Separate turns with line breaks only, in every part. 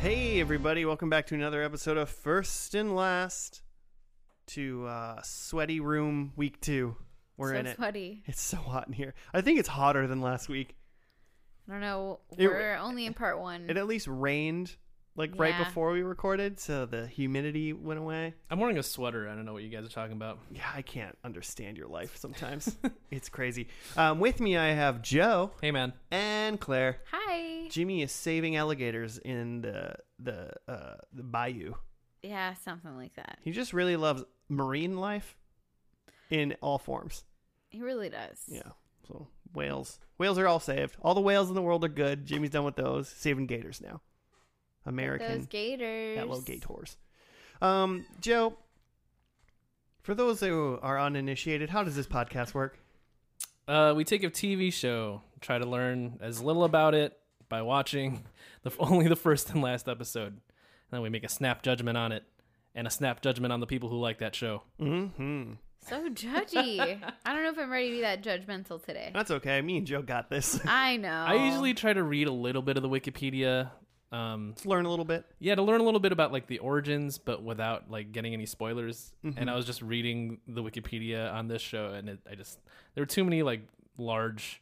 Hey everybody, welcome back to another episode of First and Last to uh Sweaty Room Week 2. We're
so
in it.
sweaty.
It's so hot in here. I think it's hotter than last week.
I don't know.
It-
We're only in part one.
It at least rained like right
Yeah.
before we recorded, so the humidity went away.
I'm wearing a sweater. I don't know what you guys are talking about.
Yeah, I can't understand your life sometimes. it's crazy. Um, with me I have Joe
Hey, man.
and Claire.
Hi.
Jimmy is saving alligators in the the uh the bayou.
Yeah, something like that.
He just really loves marine life in all forms.
He really does.
Yeah. So whales. Whales are all saved. All the whales in the world are good. Jimmy's done with those. Saving gators now.
Look at Those
American
gators.
hello gators. Um, Joe. For those who are uninitiated, how does this podcast work?
Uh, we take a TV show, try to learn as little about it by watching the, only the first and last episode. And then we make a snap judgment on it and a snap judgment on the people who like that show.
Mm-hmm.
So judgy. I don't know if I'm ready to be that judgmental today.
That's okay. Me and Joe got this.
I know.
I usually try to read a little bit of the Wikipedia. Um,
Let's learn a little bit.
yeah, to learn a little bit about like the origins, but without like getting any spoilers.
Mm-hmm.
And I was just reading the Wikipedia on this show, and it, I just there were too many like large.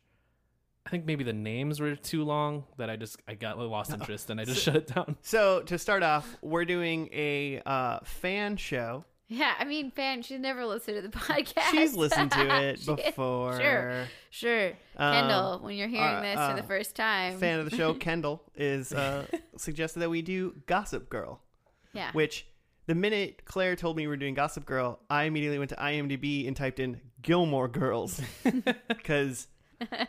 I think maybe the names were too long that I just I got I lost interest and I just shut it down.
So to start off, we're doing a uh, fan show.
Yeah, I mean, fan, she's never listened to the podcast.
She's listened to it
She-
before.
Sure. Sure.
Um,
Kendall, when you're hearing
uh,
this
uh,
for the first time.
fan of the show, Kendall, is uh, suggested that we do Gossip Girl,
yeah.
which the minute Claire told me we were doing Gossip Girl, I immediately went to IMDb and typed in Gilmore Girls because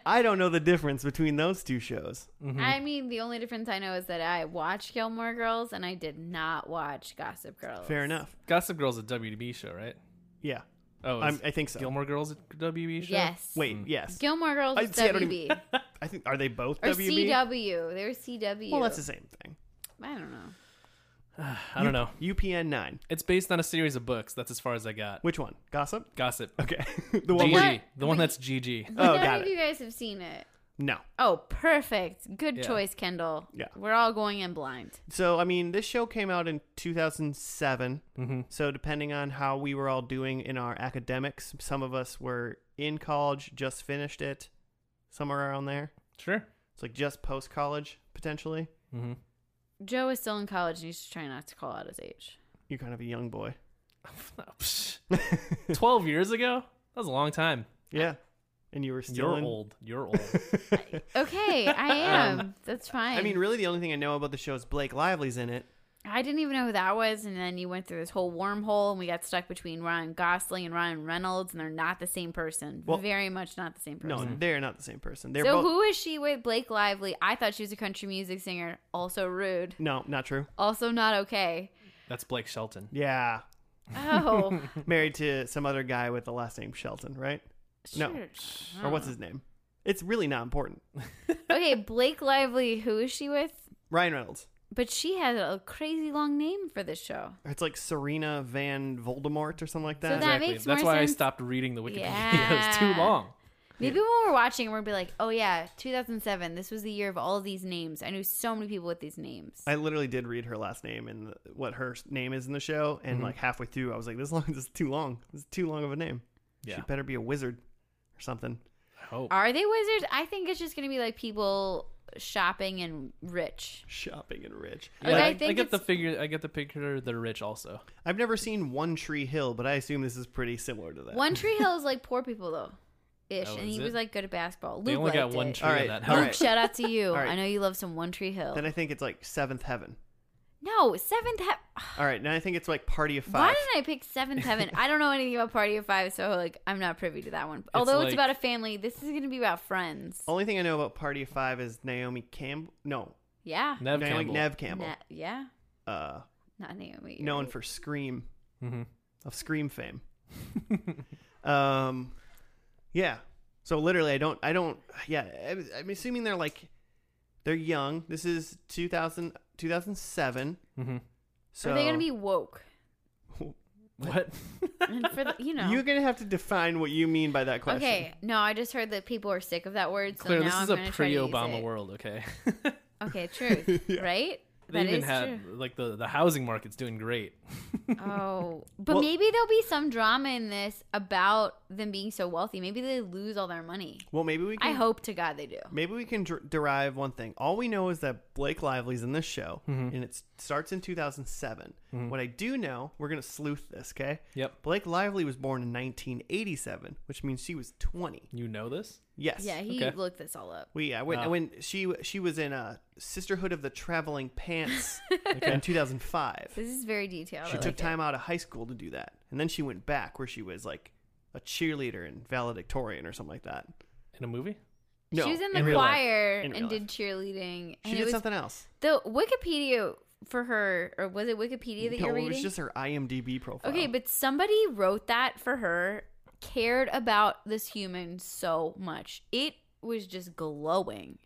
I don't know the difference between those two shows.
I
Mm-hmm.
mean, the only difference I know is that I watched Gilmore Girls and I did not watch Gossip Girls.
Fair enough.
Gossip Girl's a WB show, right?
Yeah,
Oh,
I'm,
is
I think so.
Gilmore Girls a WB show?
Yes.
Wait, yes.
Gilmore Girls
I-
is
see, I don't
WB.
I think are they both
or
WB?
CW. They were CW.
Well, that's the same thing.
I don't know.
I don't know.
UPN nine.
It's based on a series of books. That's as far as I got.
Which one? Gossip.
Gossip.
Okay, the one.
GG.
Where,
What?
The one
Wait.
that's GG.
Oh,
None
got
of
it.
you guys have seen it.
no.
Oh, perfect. Good
Yeah.
choice, Kendall.
Yeah.
We're all going in blind.
So I mean, this show came out in 2007.
Mhm.
So depending on how we were all doing in our academics, some of us were in college, just finished it, somewhere around there.
Sure.
It's like just post college potentially.
hmm
Joe is still in college and he's just trying not to call out his age.
You're kind of a young boy.
Twelve years ago. That was a long time.
yeah, and you were still
You're
in-
old. You're old.
Okay, I am. That's fine.
Um, I mean, really, the only thing I know about the show is Blake Lively's in it.
I didn't even know who that was, and then you went through this whole wormhole, and we got stuck between Ryan Gosling and Ryan Reynolds, and they're not the same person.
Well-
Very much not the same person.
No, they're not the same person. They're
so
both.
who is she with Blake Lively? I thought she was a country music singer. Also rude.
No, not true.
Also not okay.
That's Blake Shelton.
Yeah,
Oh,
married to some other guy with the last name Shelton, right?
sure.
No. Or what's his name? It's really not important.
Okay, Blake Lively. Who is she with?
Ryan Reynolds.
But she has a crazy long name for this show.
It's like Serena Van Voldemort or something like that.
So that- makes
That's
more
why
sense.
I stopped reading the Wikipedia. it was
Yeah.
too long.
Maybe when we're watching, we'll be like, "Oh yeah, 2007. This was the year of all these names. I knew so many people with these names."
I literally did read her last name and the, what her s- name is in the show, and like halfway through, I was like, "This long, this is too long. This is too long of a name.
Yeah.
She oh. better be a wizard or something."
I hope.
Are they wizards? I think it's just gonna be like people shopping and rich.
Shopping and rich.
Like,
Yeah,
I
I,
think
get the
it's-
figure. I get the picture. They're rich, also.
I've never seen One Tree Hill, but I assume this is pretty similar to that.
One Tree Hill is like poor people though, ish,
Oh,
and
is
he
it?
was like good at basketball. Luke
they only got
liked
one
it.
tree
All right,
in that
all
Luke,
house.
right.
shout out to you.
right.
I know you love some One Tree Hill.
Then I think it's like Seventh Heaven.
no, Seventh Heaven.
All right, now I think it's like Party of
Why
Five.
didn't I pick Seventh Heaven? I don't know anything about Party of Five, so like I'm not privy to that one. Although it's
like-
about a family, this is gonna be about friends.
Only thing I know about Party of Five is Naomi Campbell. No,
Yeah.
Nev
Naomi
Campbell.
Nev Campbell,
Na- yeah.
uh,
Not Naomi. you're
known
right.
for Scream
Mhm.
of Scream fame. um, yeah. So literally, I don't, I don't, yeah. I'm, I'm assuming they're like, they're young. This is 2000, 2007.
Mhm.
So
Are they gonna be woke?
What?
And for the, you know.
You're gonna have to define what you mean by that question.
Okay, no, I just heard that people are sick of that word. So
Claire,
now
this is
I'm
a
gonna try to use
pre-Obama
it.
world, okay?
Okay, truth, right?
They
That
even
is
had like the the housing market's doing great.
Oh, but
Well-
maybe there'll be some drama in this about them being so wealthy. Maybe they lose all their money.
Well, maybe we
I
can.
hope to God they do.
Maybe we can dr- derive one thing. All we know is that Blake Lively's in this show, and it starts in 2007. What I do know, we're gonna sleuth this, okay?
Yep.
Blake Lively was born in 1987, which means she was 20.
You know this?
Yes.
Yeah, he
Okay.
looked this all up.
We yeah when,
Ah.
when she she was in a Sisterhood of the Traveling Pants in 2005.
This is very detailed.
She
I
took
like it.
time out of high school to do that, and then she went back where she was like a cheerleader and valedictorian or something like that.
In a movie?
No,
she was in the
real life.
choir
In real
and did
life.
cheerleading.
She
and
did
it was
something else.
the Wikipedia for her, or was it Wikipedia that
no,
you're
it
reading?
was just her IMDb profile.
Okay, but somebody wrote that for her, cared about this human so much. It was just glowing.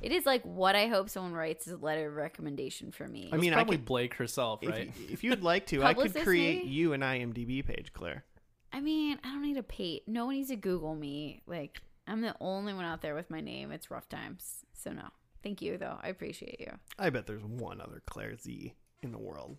It is like what I hope someone writes as a letter of recommendation for me.
I
I
mean,
mean,
I
probably
could-
Blake herself,
if,
right?
if you'd like to, I could
Publicist,
create
maybe?
you an IMDb page, Claire.
I mean, I don't need a pay. No one needs to Google me. Like, I'm the only one out there with my name. It's rough times. So, no. Thank you, though. I appreciate you.
I bet there's one other Claire Z in the world.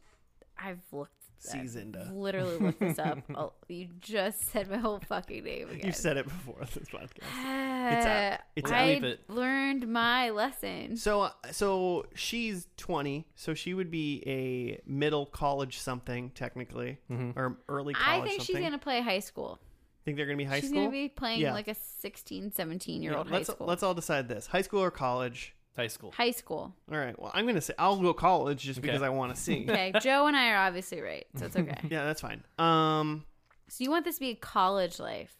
I've looked. I've
Seasoned. uh.
Literally looked this up. Oh, you just said my whole fucking name again.
You've said it before on this podcast.
Ah,
It's
out.
I
Leave it.
learned my lesson.
So, uh, so she's 20, so she would be a middle college something technically,
Mm-hmm.
or early college
I think
something.
she's going to play high school.
think they're gonna be high
she's
school.
going to be playing
Yeah.
like a 16, 17 year
Yeah,
old high
let's
school.
let's all decide this: high school or college.
High school.
high school.
All right. Well, I'm gonna say I'll go college just
Okay.
because I want to see.
Okay. Joe and I are obviously right. So, it's okay.
yeah, that's fine. Um,
So you want this to be a college life?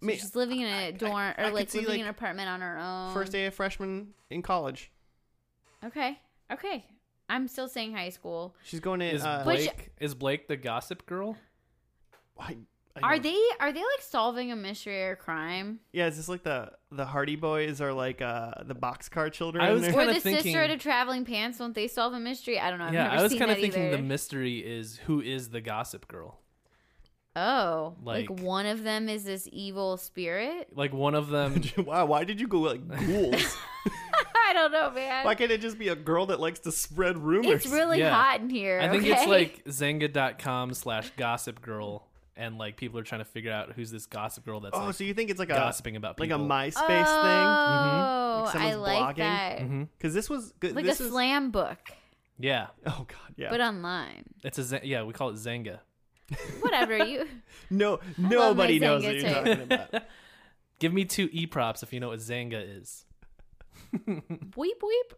So
Ma-
she's living in
I- I-
a dorm
I
or
could
like
see,
living
like,
in an apartment on her own.
first day of freshman in college.
Okay. Okay. I'm still saying high school.
She's going to.
Is
Uh,
But she-
Blake is Blake the gossip girl?
I, I
Are
don't-
they are they like solving a mystery or crime?
Yeah, is this like the the Hardy Boys or like uh the Boxcar Children?
I was
or-
Or
Kinda
the
thinking-
sister at a traveling pants? Don't they solve a mystery? I don't know. I've
yeah,
never
I was
seen
kind of
that
thinking
either.
the mystery is who is the gossip girl?
oh, like,
like-
one of them is this evil spirit.
Like one of them
wow, why did you go like ghouls?
I don't know, man.
why can't it just be a girl that likes to spread rumors?
it's really
Yeah.
hot in here.
I think
okay?
it's like Zanga.com slash gossip girl and like people are trying to figure out who's this gossip girl that's
Oh,
like,
so you think it's like a
gossiping about
like a
people.
MySpace
oh,
thing?
Mm-hmm.
Like
I
someone's blogging.
like that.
Because this was good.
Like
this
a
is,
slam book,
Yeah.
Oh god, yeah.
but online.
It's a Za- yeah, we call it Zanga.
Whatever you.
no,
love my
nobody knows what
Zynga
you're
tape.
talking about.
Give me two e props if you know what Zanga is.
Weep weep.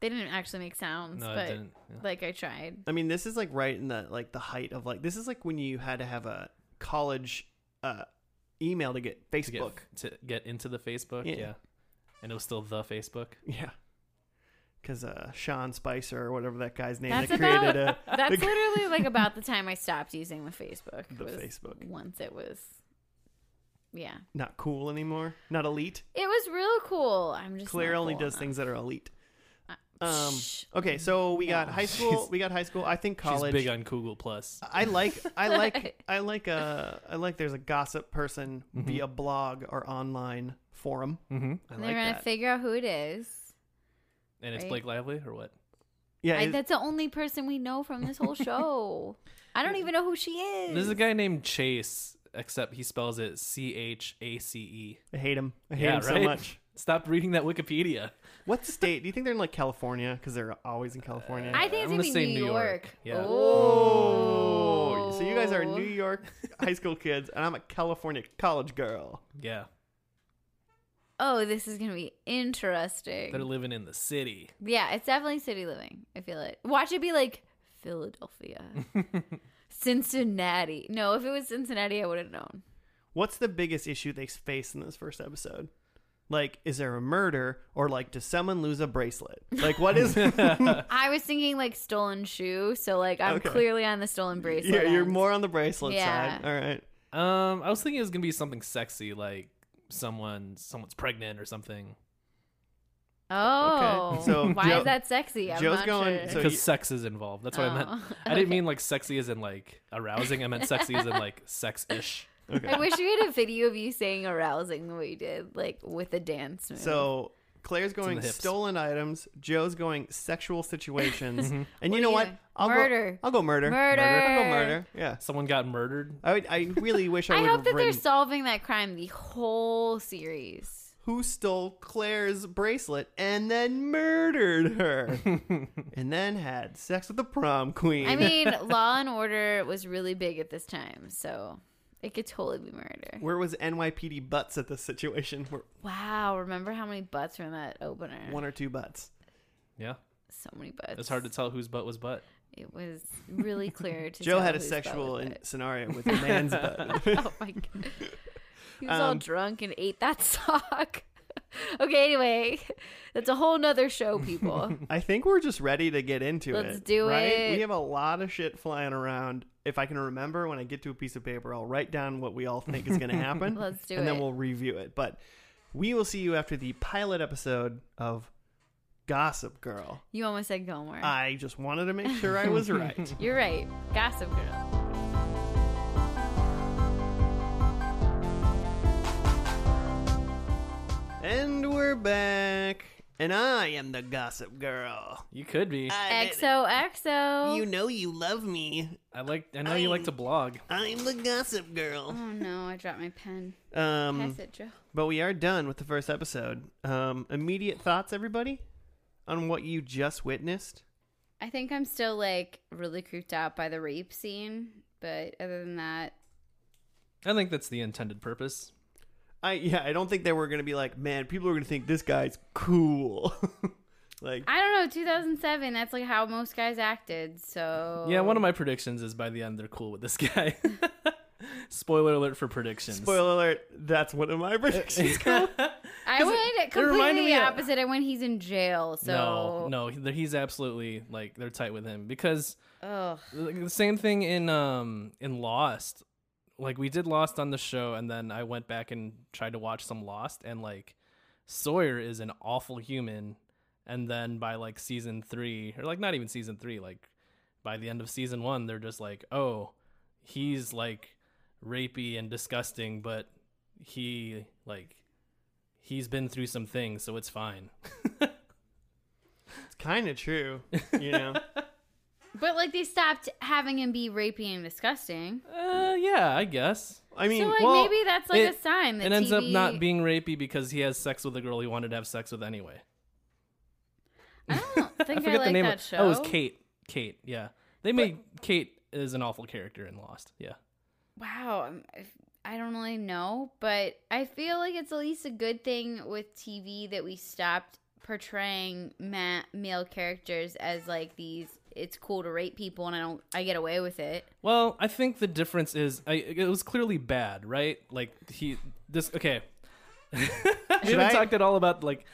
They didn't actually make sounds,
No, I
but
didn't. Yeah.
like I tried.
I mean, this is like right in the like the height of like this is like when you had to have a college uh email to get
to get
Facebook.
to get into the Facebook.
Yeah.
Yeah. And it was still the Facebook.
Yeah. Because uh, Sean Spicer or whatever that guy's name
That's
that created uh, a,
That's
Like-
literally like about the time I stopped using the Facebook.
the
was
Facebook.
Once it was, yeah,
Not cool anymore. Not elite.
it was real cool. I'm just
Claire
not
only
cool
does
enough.
things that are elite.
Uh,
Um,
shh.
okay, so we got
No.
high school.
Oh, She's-
We got high school. I think college.
She's big on Google Plus.
I like. I like. I like. Uh, I like. There's a gossip person via blog or online forum.
Mm-hmm.
I
And
like
they're gonna
that.
figure out who it is.
And it's
Right.
Blake Lively or what?
yeah,
I,
it-
that's the only person we know from this whole show. I don't even know who she is.
There's a guy named Chase, except he spells it C H A C E.
I hate him. I hate
Yeah,
him so
right?
much.
Stop reading that Wikipedia.
What state? Do you think they're in like California? Because they're always in California.
I think
I'm
it's gonna
gonna
be
say
New
New York.
York.
Yeah.
Oh,
Oh,
so you guys are New York high school kids, and I'm a California college girl.
Yeah.
Oh, this is gonna be interesting.
They're living in the city.
Yeah, it's definitely city living. I feel it. Watch it be like Philadelphia, Cincinnati. No, if it was Cincinnati, I would have known.
What's the biggest issue they face in this first episode? Like, is there a murder, or like, does someone lose a bracelet? Like, what is?
I was thinking like stolen shoe, so like I'm
Okay.
clearly on the stolen bracelet.
you're, you're
end.
more on the bracelet
Yeah.
side. All right.
Um, I was thinking it was gonna be something sexy, like someone someone's pregnant or something.
Oh,
Okay. So
why
Joe-
is that sexy? I'm
Joe's
not
going-
Sure.
so-
Because
you-
sex is involved. That's what I meant.
Oh,
I didn't mean like sexy as in like arousing. I meant sexy as in like sex ish.
Okay.
I wish we had a video of you saying arousing the way you did, like with a dance move.
So Claire's going
hips.
stolen items. Joe's going sexual situations. and you
What
know
are you
what?
doing?
I'll
Murder.
Go, I'll go murder.
Murder.
I'll go murder. Yeah.
Someone got murdered.
I would, I really wish I,
I
would
hope
have
that they're
written
solving that crime the whole series.
who stole Claire's bracelet and then murdered her, and then had sex with the prom queen.
I mean, Law and Order was really big at this time, so it could totally be murder.
where was NYPD butts at this situation? Where,
Wow, remember how many butts were in that opener?
one or two butts.
Yeah,
so many butts.
it's hard to tell whose butt was butt.
It was really clear to
Joe
tell
had a
whose butt
sexual
was
in-
it.
scenario with a man's butt.
oh my god. He was all
Um,
drunk and ate that sock. okay, anyway, that's a whole nother show, people.
I think we're just ready to get into it.
Let's do
right?
it.
We have a lot of shit flying around. If I can remember when I get to a piece of paper, I'll write down what we all think is going to happen.
Let's do
And then
it.
we'll review it. But we will see you after the pilot episode of Gossip Girl.
you almost said Gilmore.
I just wanted to make sure I was right.
You're right. Gossip Girl.
and we're back. And I am the Gossip Girl.
You could be.
I
XOXO.
You know you love me.
I like. I know you like to blog.
I'm the Gossip Girl.
oh no, I dropped my pen.
Um,
Mm.
Pass it, Joe.
But we are done with the first episode. Um, immediate thoughts, everybody, on what you just witnessed.
I think I'm still like really creeped out by the rape scene, but other than that,
I think that's the intended purpose.
I yeah, I don't think they were gonna be like, man, people are gonna think this guy's cool. like,
I don't know. 2007. That's like how most guys acted. So
Yeah, one of my predictions is by the end they're cool with this guy. Spoiler alert for predictions.
spoiler alert, that's one of my predictions.
I went
reminded
completely
me
the
of-
opposite. I went he's in jail. So
No, no, he- he's absolutely like they're tight with him because
Ugh.
like, the same thing in um in Lost. Like we did Lost on the show, and then I went back and tried to watch some Lost, and like Sawyer is an awful human, and then by like season three, or like not even season three, like by the end of season one, they're just like, oh, he's like rapey and disgusting, but he like he's been through some things, so it's fine.
it's kind of true, you know.
But like they stopped having him be rapey and disgusting.
Uh, yeah, I guess.
I mean,
so like
well,
maybe that's like
it-
a sign that
it ends up
TV
not being rapey because he has sex with a girl he wanted to have sex with anyway.
I don't think I, like that show.
Oh, it was Kate. Kate. Yeah, they made Kate is an awful character in Lost. Yeah,
Wow, I'm- if- I don't really know, but I feel like it's at least a good thing with TV that we stopped portraying ma- male characters as like these. It's cool to rape people, and I don't. I get away with it.
Well, I think the difference is I, it was clearly bad, right? Like he this okay. we haven't
I-
talked at all about like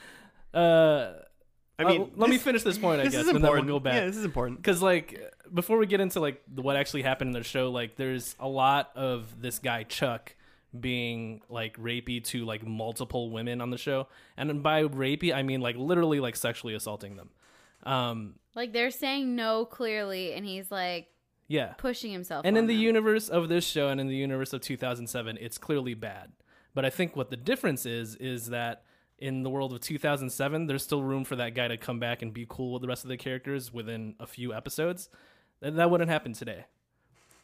uh
I mean,
let me
this-
finish this point I
This
guess
is
and then we'll
important.
go back.
Yeah, this is important.
Cuz like before we get into like what actually happened in the show like there's a lot of this guy Chuck being like rapey to like multiple women on the show and by rapey I mean like literally like sexually assaulting them. Um
Like they're saying no clearly, and he's like
yeah.
pushing himself.
And
on
in the
them.
universe of this show and in the universe of 2007, it's clearly bad. But I think what the difference is is that in the world of 2007, there's still room for that guy to come back and be cool with the rest of the characters within a few episodes. And that wouldn't happen today.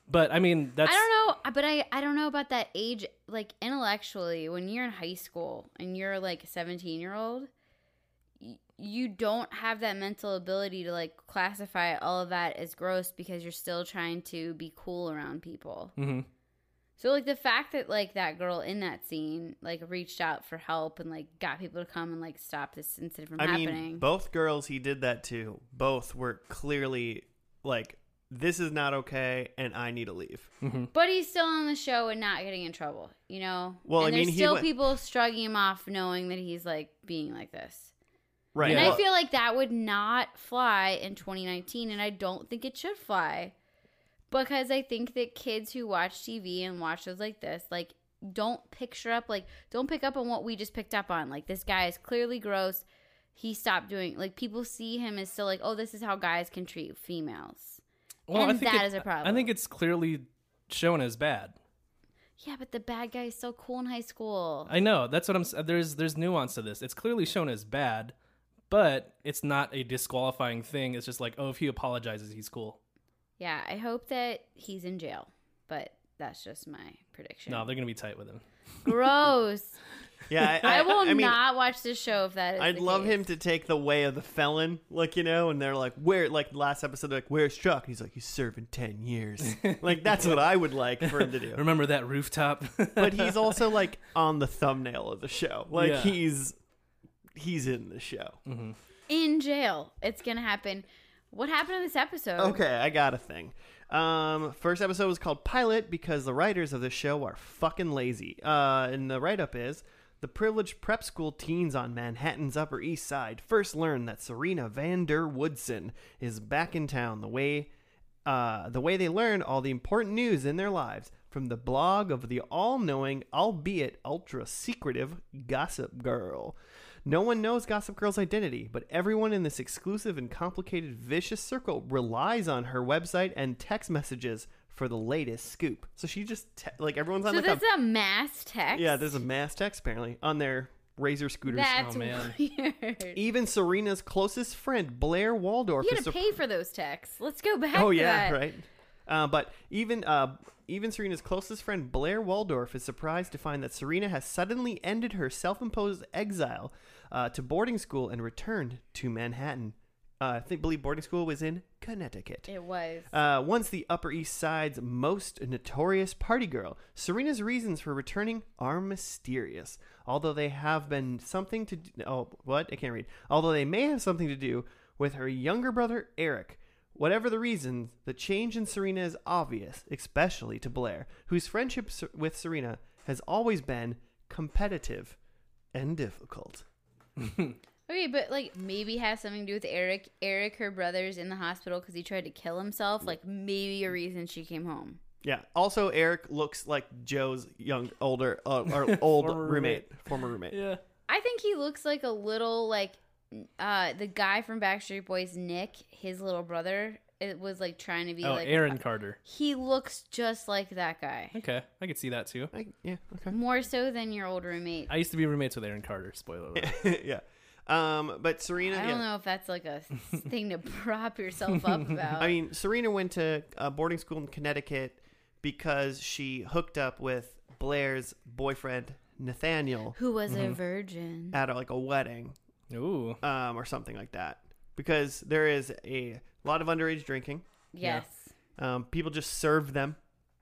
But I mean, that's
I don't know, uh, but I I don't know about that age. Like intellectually, when you're in high school and you're like a 17 year old, y- you don't have that mental ability to like classify all of that as gross because you're still trying to be cool around people.
Mm-hmm.
Mhm.
So like the fact that like that girl in that scene like reached out for help and like got people to come and like stop this incident from
I mean,
happening.
both girls he did that to, both were clearly like, this is not okay, and I need to leave.
But he's still on the show and not getting in trouble, you know.
Well,
and
I
there's
mean, he
still
went-
people shrugging him off, knowing that he's like being like this.
Right.
And
Yeah.
I
Well-
feel like that would not fly in 2019, and I don't think it should fly because I think that kids who watch TV and watch shows like this, like, don't picture up, like, don't pick up on what we just picked up on. Like, this guy is clearly gross. He stopped doing like people see him as still like, oh, this is how guys can treat females.
well, I
and
think
that
it-
is a
I
problem.
think it's clearly shown as bad.
Yeah, but the bad guy is so cool in high school.
I know that's what I'm. s- There's there's nuance to this. It's clearly shown as bad, but it's not a disqualifying thing. It's just like, oh, if he apologizes, he's cool.
yeah, I hope that he's in jail, but that's just my prediction.
No, they're gonna be tight with him.
Gross.
Yeah, I,
I, will
mean,
not watch this show if that is.
I'd
the
love
case.
him to take the way of the felon, like you know, and they're like, "Where?" Like last episode, they're like, "Where's Chuck?" And he's like, "He's serving ten years." like that's what I would like for him to do.
Remember that rooftop?
But he's also like on the thumbnail of the show. Like
Yeah.
he's he's in the show.
in jail. It's gonna happen. What happened in this episode?
Okay, I got a thing. Um, first episode was called Pilot because the writers of this show are fucking lazy. Uh, and the write up is the privileged prep school teens on Manhattan's Upper East Side first learn that Serena Van Der Woodson is back in town the way uh, the way they learn all the important news in their lives from the blog of the all knowing, albeit ultra secretive, Gossip Girl. No one knows Gossip Girl's identity, but everyone in this exclusive and complicated vicious circle relies on her website and text messages for the latest scoop. So she just, te- like, everyone's on
So
like a,
that's a mass text.
Yeah, there's a mass text apparently on their Razor scooters.
That's
Oh, man.
weird.
Even Serena's closest friend, Blair Waldorf,
You
is
had to
surprised.
pay for those texts. Let's go back.
Oh
to
yeah,
that.
right. Uh, but even uh, even Serena's closest friend Blair Waldorf is surprised to find that Serena has suddenly ended her self-imposed exile uh, to boarding school and returned to Manhattan. Uh, I think believe boarding school was in Connecticut.
It was.
Uh, once the Upper East Side's most notorious party girl, Serena's reasons for returning are mysterious. Although they have been something to do, oh what I can't read. Although they may have something to do with her younger brother Eric. Whatever the reason, the change in Serena is obvious, especially to Blair, whose friendship s- with Serena has always been competitive and difficult.
Okay, but like maybe has something to do with Eric. Eric, her brother's in the hospital because he tried to kill himself. Like maybe a reason she came home.
Yeah. Also, Eric looks like Joe's young, older, uh, or old
Former
roommate, former roommate.
yeah.
I think he looks like a little like uh the guy from Backstreet Boys, Nick, his little brother. It was like trying to be
oh,
like
Aaron Carter.
He looks just like that guy.
Okay, I could see that too.
I, yeah. Okay.
More so than your old roommate.
I used to be roommates with Aaron Carter. Spoiler alert.
yeah. Um, but Serena,
I
yeah.
don't know if that's like a s- thing to prop yourself up about.
I mean, Serena went to uh, boarding school in Connecticut because she hooked up with Blair's boyfriend Nathaniel
Who was
mm-hmm.
a virgin?
at like a wedding,
Ooh,
um, or something like that. Because there is a lot of underage drinking.
yes.
Um, people just serve them,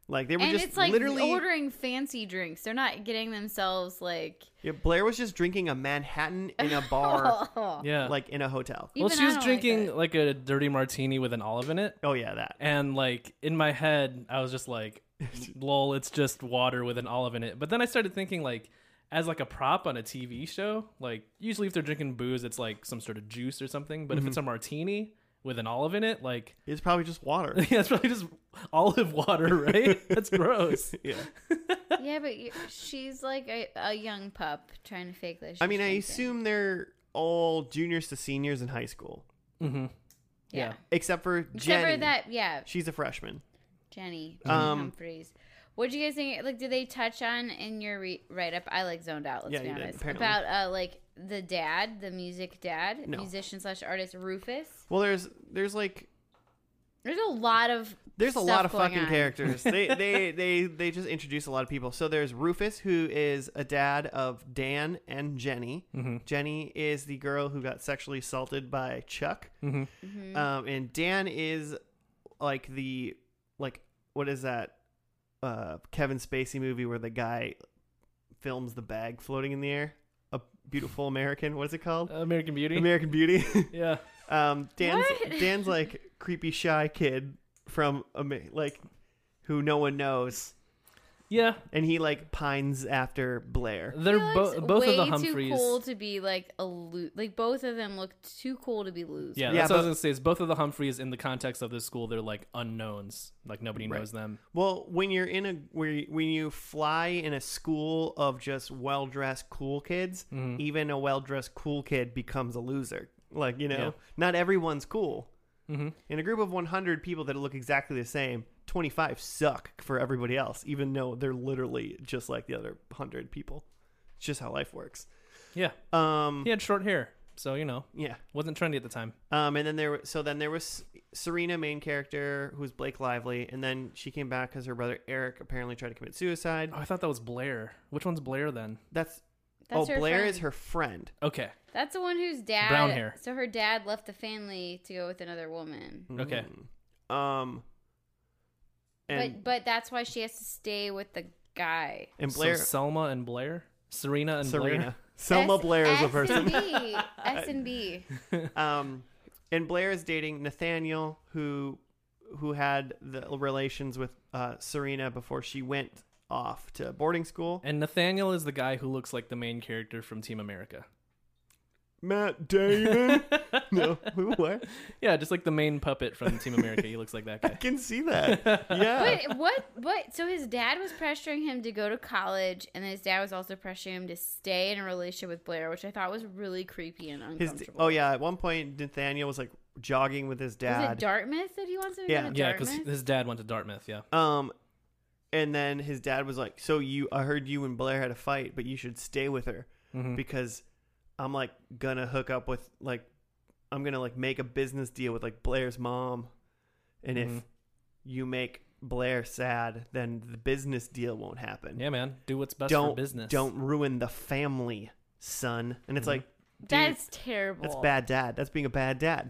like they were
And
just
it's like
literally.
ordering fancy drinks. They're not getting themselves like
Yeah, Blair was just drinking a Manhattan in a bar,
yeah.
like in a hotel.
well,
Even
she
I
was
don't like
drinking
that.
like a dirty martini with an olive in it.
Oh yeah, that.
And like in my head, I was just like, "Lol, it's just water with an olive in it." But then I started thinking like, as like a prop on a TV show, like usually if they're drinking booze, it's like some sort of juice or something. But if
Mm-hmm.
it's a martini with an olive in it, like
It's probably just water.
yeah, it's probably just olive water, right? That's gross.
yeah.
yeah, but you, she's like a, a young pup trying to fake that.
I
she's
mean, I
drinking.
assume they're all juniors to seniors in high school,
Mm-hmm.
Yeah.
except for
Except
Jenny.
for that, yeah,
She's a freshman.
Jenny,
Um,
Humphreys. What would you guys think? Like, did they touch on in your re- write up? I like zoned out. Let's
Yeah,
be
you did,
honest
apparently.
about uh, like the dad, the music dad,
No.
musician slash artist Rufus.
Well, there's there's like
There's a lot of
there's a
stuff
lot of
going
fucking
on.
characters. they, they they they just introduce a lot of people. So there's Rufus, who is a dad of Dan and Jenny. Jenny is the girl who got sexually assaulted by Chuck,
Mhm.
Mm-hmm.
um, and Dan is like the like what is that uh, Kevin Spacey movie where the guy films the bag floating in the air? A beautiful American. What is it called?
American Uh, Beauty.
American Beauty.
yeah.
Um, Dan's
What?
Dan's like creepy shy kid from Ama- like who no one knows,
Yeah.
and he like pines after Blair.
They're
He
bo-
looks
both
way
of the
too
Humphreys.
cool to be like a lo- like both of them look too cool to be losers.
Yeah,
Yeah,
that's what I was
but-
gonna say. Is both of the Humphreys in the context of this school, they're like unknowns. Like nobody
Right.
knows them.
Well, when you're in a where you- when you fly in a school of just well dressed cool kids, even a well dressed cool kid becomes a loser. Like you know,
Yeah.
not everyone's cool.
Mhm.
In a group of 100 people that look exactly the same, 25 suck for everybody else, even though they're literally just like the other 100 people. It's just how life works.
Yeah.
Um,
He had short hair, so you know,
yeah.
wasn't trendy at the time.
Um, and then there, wa- so then there was Serena, main character, who was Blake Lively, and then she came back because her brother Eric apparently tried to commit suicide.
Oh, I thought that was Blair. Which one's Blair then?
That's,
That's
oh,
her
Blair
friend.
is her friend.
Okay.
That's the one whose dad.
Brown hair.
So her dad left the family to go with another woman.
Okay.
Mm. Um, and
but but that's why she has to stay with the guy.
and Blair,
So Selma and Blair, Serena and
Serena, Selma
S-
Blair is a
S and
person.
B. S and B.
um, and Blair is dating Nathaniel, who who had the relations with uh, Serena before she went off to boarding school.
And Nathaniel is the guy who looks like the main character from Team America.
Matt Damon. no, who? What?
Yeah, just like the main puppet from Team America. He looks like that
I
guy.
can see that. Yeah.
But what what so his dad was pressuring him to go to college and his dad was also pressuring him to stay in a relationship with Blair, which I thought was really creepy and
His,
uncomfortable.
oh yeah. At one point, Nathaniel was like jogging with his
Was it
dad.
Dartmouth that he wants him to
Yeah.
go to
Yeah, because
Dartmouth?
his dad went to Dartmouth. Yeah.
um, and then his dad was like, "So you? I heard you and Blair had a fight, but you should stay with her
Mm-hmm.
because I'm like gonna hook up with like I'm gonna like make a business deal with like Blair's mom, and if
Mhm.
you make Blair sad, then the business deal won't happen.
Yeah, man. Do what's best
don't
for business. Mm-hmm.
don't ruin the family, son. And it's like, dude,
That's terrible.
that's bad dad. That's being a bad dad.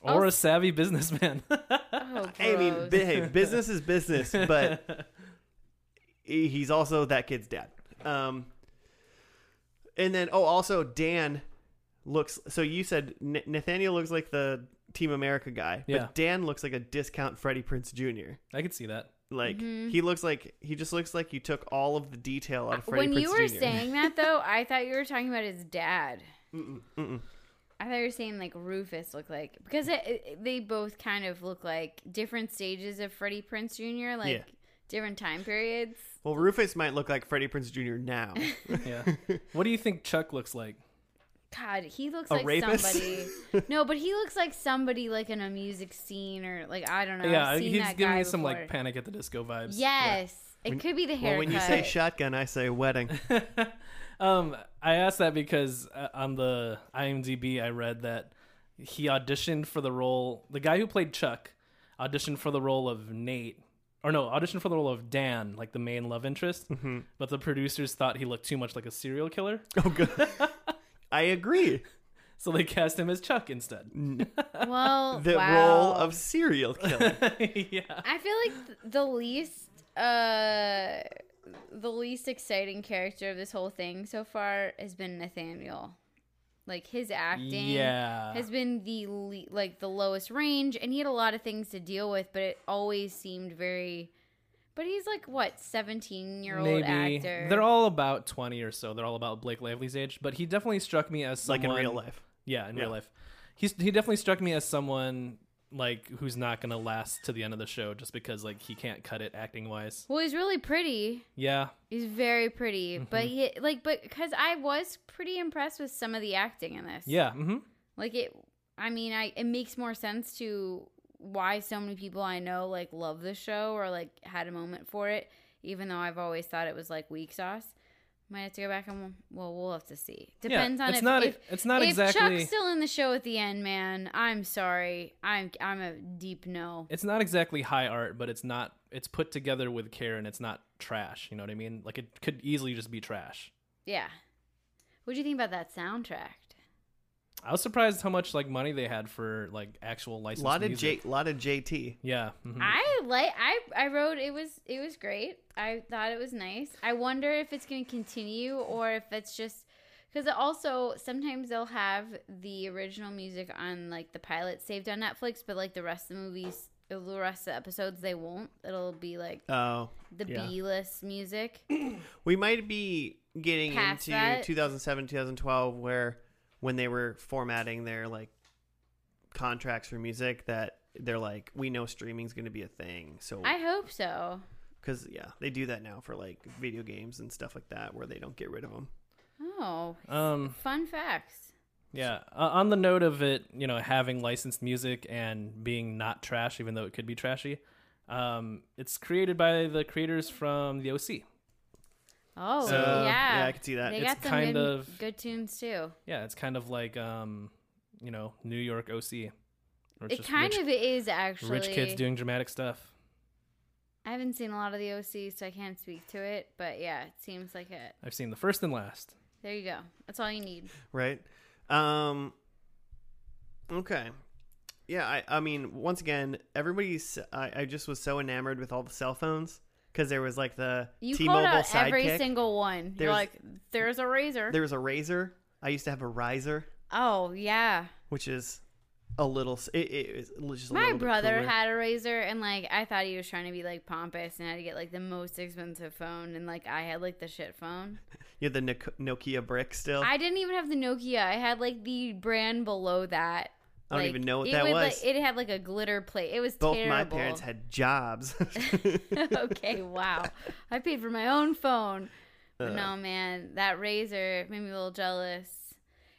Or a savvy businessman.
Oh,
I mean,
gross.
bu- hey, business is business, but he- he's also that kid's dad. Um, and then, oh, also Dan looks. So you said N- Nathaniel looks like the Team America guy,
Yeah.
but Dan looks like a discount Freddie Prince Jr.
I could see that.
Like
Mm-hmm.
he looks like he just looks like you took all of the detail out of Freddie
Uh, when
Prince
you were
Jr.
saying that though, I thought you were talking about his dad.
Mm-mm, mm-mm.
I thought you were saying like Rufus looked like because it, it- they both kind of look like different stages of Freddie Prince Jr. Like
Yeah.
different time periods.
well, Rufus might look like Freddie Prince Jr. now.
Yeah. what do you think Chuck looks like?
God, he looks
A
like
rapist?
somebody. no, but he looks like somebody like in a music scene or like I don't know.
yeah,
I've seen
he's
that
giving
guy
me some like
before.
Panic at the Disco vibes.
Yes, it could be the haircut.
well, when you say shotgun, I say wedding.
um, I asked that because uh, on the IMDb I read that he auditioned for the role. The guy who played Chuck auditioned for the role of Nate, or no, auditioned for the role of Dan, like the main love interest. But the producers thought he looked too much like a serial killer,
Oh, good. I agree.
so they cast him as Chuck instead.
well,
The
wow.
role of serial killer.
yeah,
I feel like th- the least uh the least exciting character of this whole thing so far has been Nathaniel. Like his acting
yeah.
has been the le- like the lowest range and he had a lot of things to deal with but it always seemed very but he's like what 17 year old
Maybe
actor.
they're all about twenty or so. They're all about Blake Lively's age, but he definitely struck me as
like
someone
in real life.
Yeah, in
Yeah.
real life, he's he definitely struck me as someone like who's not gonna last to the end of the show just because like he can't cut it acting wise.
well, he's really pretty.
Yeah,
He's very pretty, but he
Mm-hmm.
like but because I was pretty impressed with some of the acting in this.
yeah, hmm
Like it I mean, I it makes more sense to why so many people I know like love the show or like had a moment for it, even though I've always thought it was like weak sauce. Might have to go back and well, we'll have to see. Depends
yeah.
on
it's
if,
not e-,
if
it's not
if
exactly
Chuck's still in the show at the end, man. I'm sorry. I'm I'm a deep no.
it's not exactly high art, but it's not it's put together with care and it's not trash. You know what I mean? Like it could easily just be trash.
Yeah. What do you think about that soundtrack?
I was surprised how much like money they had for like actual
A
licensed
lot of
music.
J, lot of JT.
Yeah, mhm.
I like I I wrote it was it was great. I thought it was nice. I wonder if it's going to continue or if it's just because also sometimes they'll have the original music on like the pilot saved on Netflix, but like the rest of the movies, the rest of the episodes, they won't. It'll be like
Oh,
the
Yeah.
B list music.
we might be getting
Past
into
that.
2007, 2012, where when they were formatting their like contracts for music, that they're like, we know streaming's going to be a thing. So,
I hope so.
because yeah, they do that now for like video games and stuff like that, where they don't get rid of them.
Oh,
um,
fun facts.
Yeah. Uh, on the note of it, you know, having licensed music and being not trash, even though it could be trashy, um, it's created by the creators from the OC.
Oh,
So,
yeah.
yeah, I could see that.
They
It's
got some
kind
good,
of-
good tunes too.
Yeah, it's kind of like, um, you know, New York OC. Or
It kind
rich,
of is actually.
rich kids doing dramatic stuff.
I haven't seen a lot of the OC, so I can't speak to it. But yeah, it seems like it.
I've seen the first and last.
There you go. That's all you need.
right? Um, okay, yeah. I, I mean, once again, everybody's. I, I just was so enamored with all the cell phones because there was like the
You
T-Mobile
called out every
sidekick.
single one. You're
There's-
like, there's a razor.
there was a razor. I used to have a riser,
oh yeah,
which is a little. s- It, it is l- just a
my
little bit
brother
cooler.
had a razor, and like I thought he was trying to be like pompous and had to get like the most expensive phone, and like I had like the shit phone.
You had the Nok- Nokia brick still.
I didn't even have the Nokia. I had like the brand below that.
I don't
Like,
even know what
it
that
would,
was.
Like, it had like a glitter plate. It was
Both
terrible.
my parents had jobs.
okay, wow. I paid for my own phone. But
Uh.
no, man, that razor made me a little jealous.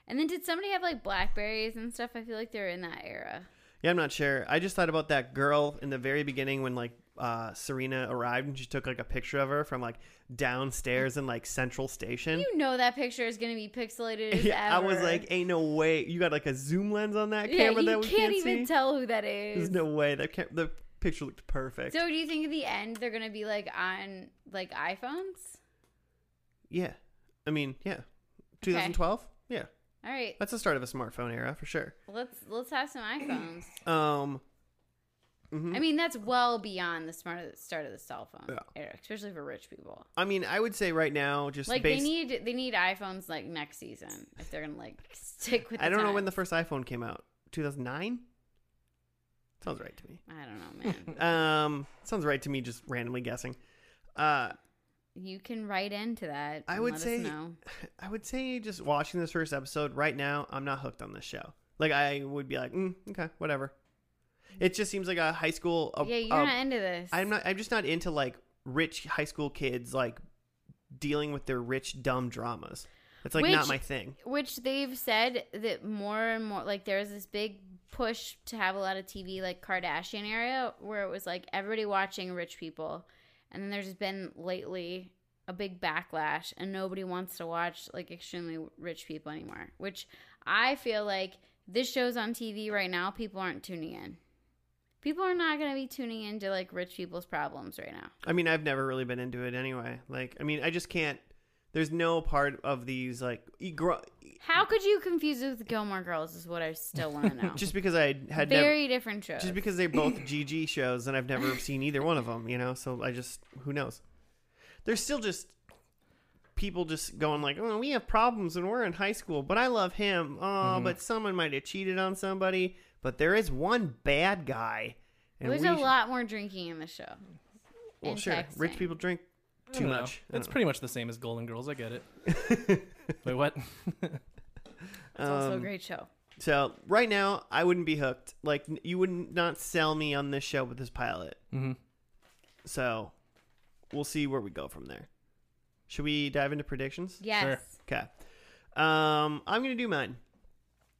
And then did somebody have like blackberries and stuff? I feel like they were in that era.
Yeah, I'm not sure. I just thought about that girl in the very beginning when like uh, Serena arrived and she took like a picture of her from like downstairs in like Central Station.
You know that picture is going to be pixelated as
yeah, I was
ever.
like, ain't no way. You got like a zoom lens on that
yeah,
camera
you
that we
can't,
can't,
even
see.
tell who that
There's
is.
no way. That ca- the picture looked perfect.
so do you think at the end they're going to be like on like iPhones?
yeah, I mean, yeah, 2012. Yeah,
All right,
that's the start of a smartphone era for sure.
let's let's have some iPhones.
Um, mhm.
I mean, that's well beyond the smart start of the cell phone
Yeah.
era, especially for rich people.
I mean, I would say right now, just
Like
based.
they need they need iPhones like next season if they're gonna like stick with. The
I don't know when the
times.
first iPhone came out. 2009. Sounds right to me.
I don't know, man.
Um, sounds right to me. Just randomly guessing. Uh,
you can write into that.
I
and
would
let
say-
us know.
I would say just watching this first episode right now, I'm not hooked on this show. Like I would be like, mm, okay, whatever. It just seems like a high school. A,
yeah, you're
a-
not into this.
I'm not. I'm just not into like rich high school kids like dealing with their rich dumb dramas. It's like not
Which-
my thing.
Which they've said that more and more, like there's this big push to have a lot of TV, like Kardashian area, where it was like everybody watching rich people, and then there's been lately a big backlash, and nobody wants to watch like extremely rich people anymore. Which I feel like this show's on TV right now, people aren't tuning in. People are not going to be tuning into like rich people's problems right now.
I mean, I've never really been into it anyway. Like, I mean, I just can't. There's no part of these like e- gro-
How could you confuse it with Gilmore Girls? Is what I still want to know.
just because I had never.
Very different shows.
just because they're both GG shows and I've never seen either one of them, you know. So I just who knows? There's still just people just going like, "Oh, we have problems and we're in high school, but I love him." Oh,
Mm-hmm.
but someone might have cheated on somebody. But there is one bad guy, and
There's
we
a
sh-
lot more drinking in the show.
Well,
and
sure, rich
texting.
people drink
I
too
don't
much. Uh,
know.
I
It's
don't
pretty much the same as Golden Girls. I get it. Wait, what?
It's also a
Um,
great show.
So right now, I wouldn't be hooked. Like n- you would not sell me on this show with this pilot.
Mhm.
So we'll see where we go from there. Should we dive into predictions?
Yes.
sure.
Okay. Um, I'm gonna do mine.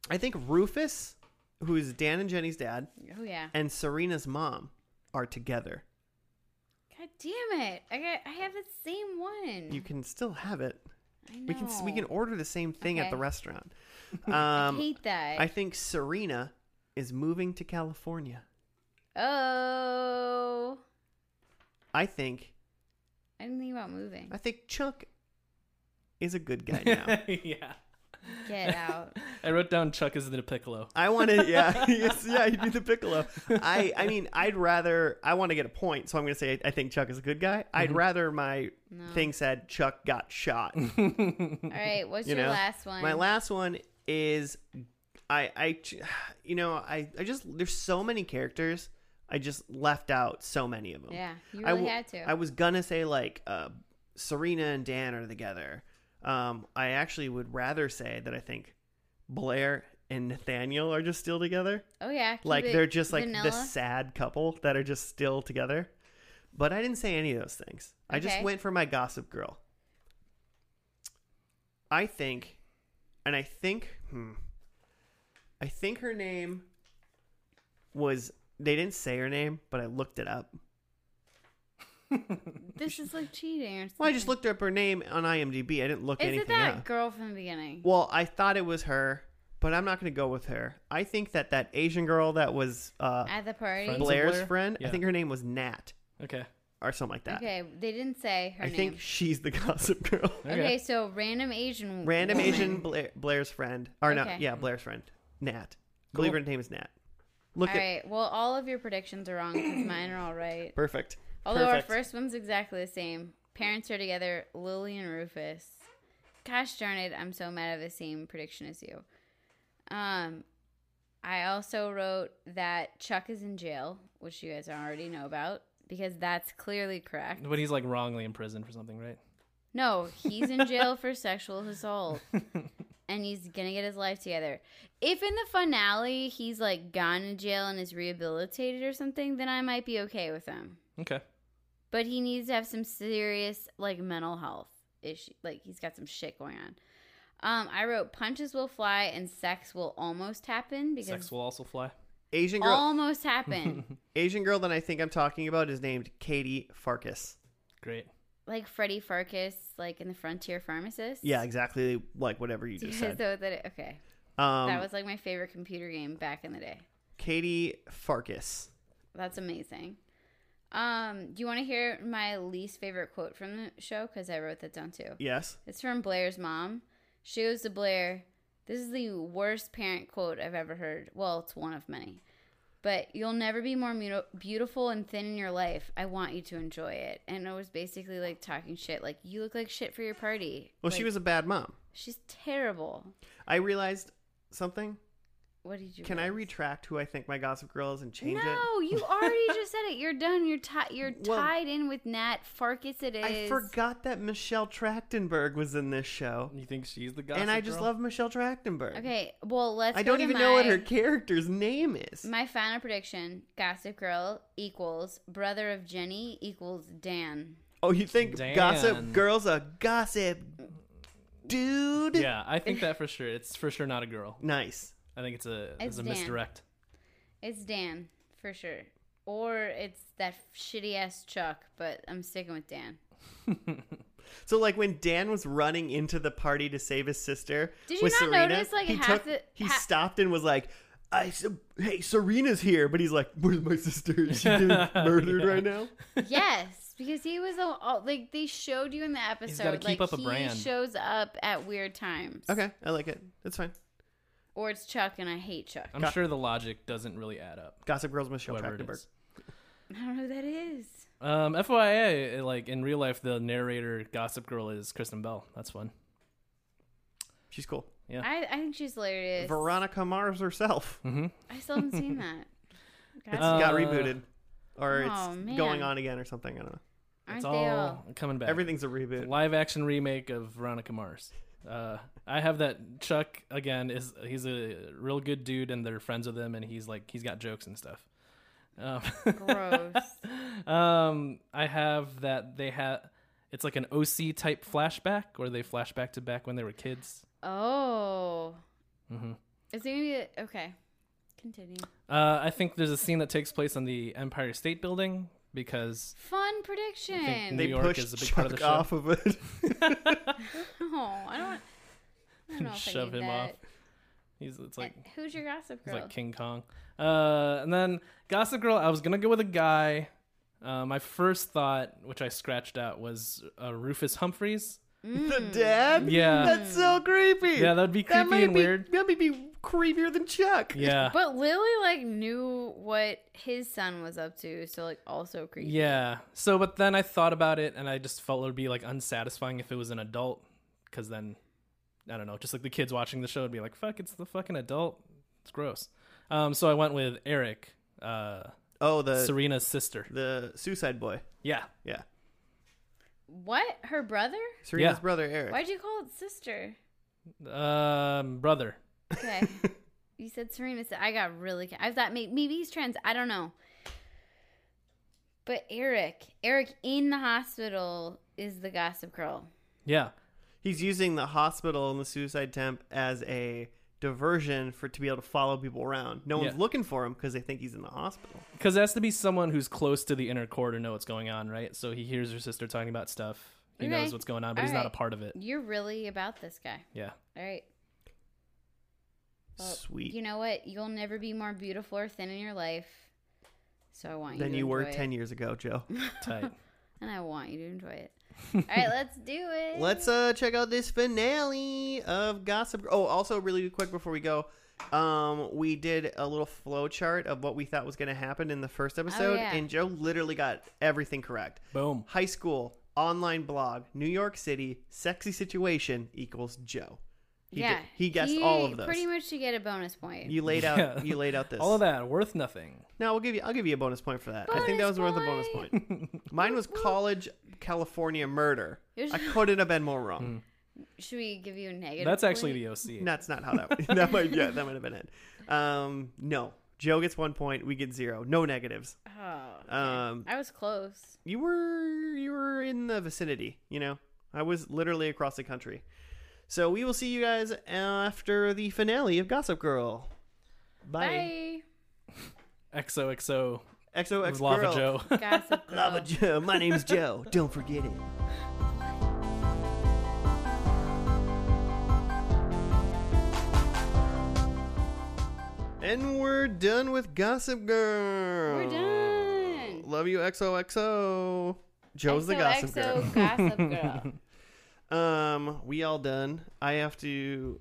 I think Rufus, who is Dan and Jenny's dad,
Oh yeah.
and Serena's mom are together.
God damn it! I got. I have the same one.
You can still have it.
I know.
We can s- we can order the same thing at the
Okay.
restaurant.
I
Um,
hate that.
I think Serena is moving to California.
oh.
I think
I didn't think about moving.
I think Chuck is a good guy now.
yeah.
Get out.
I wrote down Chuck is the piccolo.
I want to, yeah, yes, yeah, he'd be the piccolo. I, I mean, I'd rather, I want to get a point, so I'm going to say I, I think Chuck is a good guy. I'd rather my
No.
thing said Chuck got shot.
All right. What's
You
your
know,
last one?
My last one is, I, I, ch- you know, I, I just there's so many characters, I just left out so many of them.
Yeah, you
I
really
w-
had to.
I was gonna say like uh, Serena and Dan are together. Um, I actually would rather say that I think Blair and Nathaniel are just still together.
oh yeah. keep
Like
it
they're just like
vanilla.
this sad couple that are just still together. But I didn't say any of those things. I just
Okay.
went for my gossip girl. I think and I think hmm, I think her name was. They didn't say her name, but I looked it up.
This is like cheating. Or
Well, I just looked up her name on IMDb. I didn't look
Is it
anything
that
up.
girl from the beginning?
Well, I thought it was her, but I'm not going to go with her. I think that that Asian girl that was uh,
At the party?
Friends?
Blair's
Blair?
friend, I
Yeah.
think her name was Nat
Okay.
or something like that.
Okay, they didn't say her
I
name.
think she's the gossip girl.
okay. so random Asian.
Random
woman.
Asian Blair, Blair's friend. Or no,
Okay.
yeah, Blair's friend. Nat. I Believe her name is Nat. Look
All
at
right. Well, all of your predictions are wrong because mine are all right.
perfect.
Although
perfect.
our first one's exactly the same. Parents are together, Lily and Rufus. Gosh darn it, I'm so mad at the same prediction as you. Um I also wrote that Chuck is in jail, which you guys already know about, because that's clearly correct.
But he's like wrongly imprisoned for something, right?
No, he's in jail for sexual assault. And he's gonna get his life together. If in the finale he's like gone to jail and is rehabilitated or something, then I might be okay with him
Okay.
but he needs to have some serious like mental health issue like he's got some shit going on um i wrote punches will fly and sex will almost happen because
Sex will also fly.
Asian girl
almost happen
Asian girl that I think I'm talking about is named Katie Farkas.
Great.
like freddy farkas like in the frontier pharmacist
Yeah, exactly like whatever you just
so
said.
that it, okay
Um,
that was like my favorite computer game back in the day
Katie Farkas.
that's amazing um do you want to hear my least favorite quote from the show because i wrote that down too
Yes.
It's from Blair's mom. She goes to Blair, This is the worst parent quote I've ever heard. Well, it's one of many. But you'll never be more mu- beautiful and thin in your life. I want you to enjoy it. And it was basically like talking shit. Like, you look like shit for your party.
Well, she
Like,
was a bad mom.
She's terrible.
I realized something.
What did you.
Can I
realize?
retract who I think my gossip girl is and change
No, you already just said it. You're done. You're, ti- you're
Well,
tied in with Nat Farkas. It
it?
is.
I forgot that Michelle Trachtenberg was in this show.
You think she's the gossip
and I just
girl?
love Michelle Trachtenberg.
Okay, well, let's.
I
go
don't
to
even know what
my-
her character's name is.
My final prediction: Gossip Girl equals brother of Jenny equals Dan.
oh, you think
Dan.
Gossip Girl's a gossip dude?
Yeah, I think that for sure. It's for sure not a girl.
Nice.
I think it's a
It's
it's, a
Dan.
misdirect.
It's Dan for sure, or it's that shitty ass Chuck. But I'm sticking with Dan.
So like when Dan was running into the party to save his sister,
Did you
with
not
Serena,
notice, like,
he
half the-
he
ha-
stopped and was like, "I su- hey Serena's here," but he's like, "Where's my sister? Is she getting murdered right now?"
yes, because he was a, all, like they showed you in the episode.
gotta keep
like
up a
he
brand.
shows up at weird times.
Okay, I like it. That's fine.
Or it's Chuck, and I hate Chuck.
Um,
I'm sure the logic doesn't really add up.
Gossip Girl's Michelle
Whoever it
Trachtenberg.
is.
I don't know who that is.
Um, FYI, like in real life, the narrator gossip girl is Kristen Bell. That's fun.
She's cool.
Yeah.
I, I think she's hilarious.
Veronica Mars herself.
I still haven't seen that. Guys,
Uh,
Got rebooted, or
Oh,
it's
man.
going on again or something. I don't know.
aren't
It's
they
all
all?
coming back.
Everything's a reboot.
live action remake of Veronica Mars. Uh, I have that Chuck again is he's a real good dude and they're friends with him and he's like he's got jokes and stuff. Um,
Gross.
um, I have that they have it's like an OC type flashback where they flash back to back when they were kids.
Oh.
Mhm.
Is there gonna be a, okay? Continue.
Uh, I think there's a scene that takes place on the Empire State Building because
Fun prediction.
New
They
York
pushed
is a big
Chuck
part of the show.
off of it.
oh, I don't. I don't know if
shove
I need
him
that.
off. he's it's
Like,
like
Who's your gossip
It's
girl?
like King Kong. Uh, and then Gossip Girl, I was gonna go with a guy. Uh, my first thought, which I scratched out, was uh, Rufus Humphreys.
the
Mm.
dad.
Yeah.
that's so creepy.
Yeah, that would be
That
creepy
might
and
be
weird.
that might be creepier than Chuck.
Yeah,
but Lily like knew what his son was up to, so like also creepy.
yeah. So, but then I thought about it, and I just felt it would be like unsatisfying if it was an adult, because then I don't know, just like the kids watching the show would be like, "Fuck, it's the fucking adult. It's gross." Um, so I went with Eric, uh,
Oh, the
Serena's sister.
the Suicide Boy.
Yeah,
Yeah,
What? Her brother?
Serena's
Yeah.
brother Eric.
Why'd you call it sister?
um, brother.
Okay. you said Serena. Said, I got really. I thought maybe, maybe he's trans. I don't know. But Eric, Eric in the hospital is the gossip girl.
Yeah.
He's using the hospital and the suicide temp as a diversion for to be able to follow people around. No one's
Yeah.
looking for him because they think he's in the hospital.
Because it has to be someone who's close to the inner core to know what's going on, right? So he hears her sister talking about stuff. He
Okay.
knows what's going on, but
All
he's not a
right.
part of it.
You're really about this guy.
Yeah.
All right. Well,
Sweet.
You know what? You'll never be more beautiful or thin in your life. So I want you
than
to
you were
enjoy it.
ten years ago, Joe.
Tight.
and I want you to enjoy it. All right, let's do it.
Let's uh check out this finale of Gossip. Girl. Oh, also really quick before we go, um, we did a little flow chart of what we thought was going to happen in the first episode,
Oh, yeah.
and Joe literally got everything correct.
Boom.
High school, online blog, New York City, sexy situation equals Joe. He
yeah,
did- he guessed all of those.
Pretty much to get a bonus point.
You laid out.
Yeah.
You laid out this.
All of that worth nothing.
No, we'll give you. I'll give you a bonus point for that. I think that was
Bonus
worth a bonus point. Mine was college California murder.
Yours-
I couldn't have been more wrong.
Hmm.
Should we give you a negative?
That's actually
point?
the OC.
That's not how that that might yeah that might have been it. Um, no, Joe gets one point. We get zero. No negatives.
Oh, okay.
Um,
I was close.
You were you were in the vicinity. You know, I was literally across the country. So we will see you guys after the finale of Gossip Girl. Bye.
Bye.
XOXO.
XOX
Lava
Girl.
Joe.
Gossip Girl.
Lava Joe. My name's Joe. Don't forget it. And we're done with Gossip Girl.
We're done.
Love you, XOXO. Joe's the Gossip
XOXO Gossip Girl.
Girl. Um, we all done. I have to.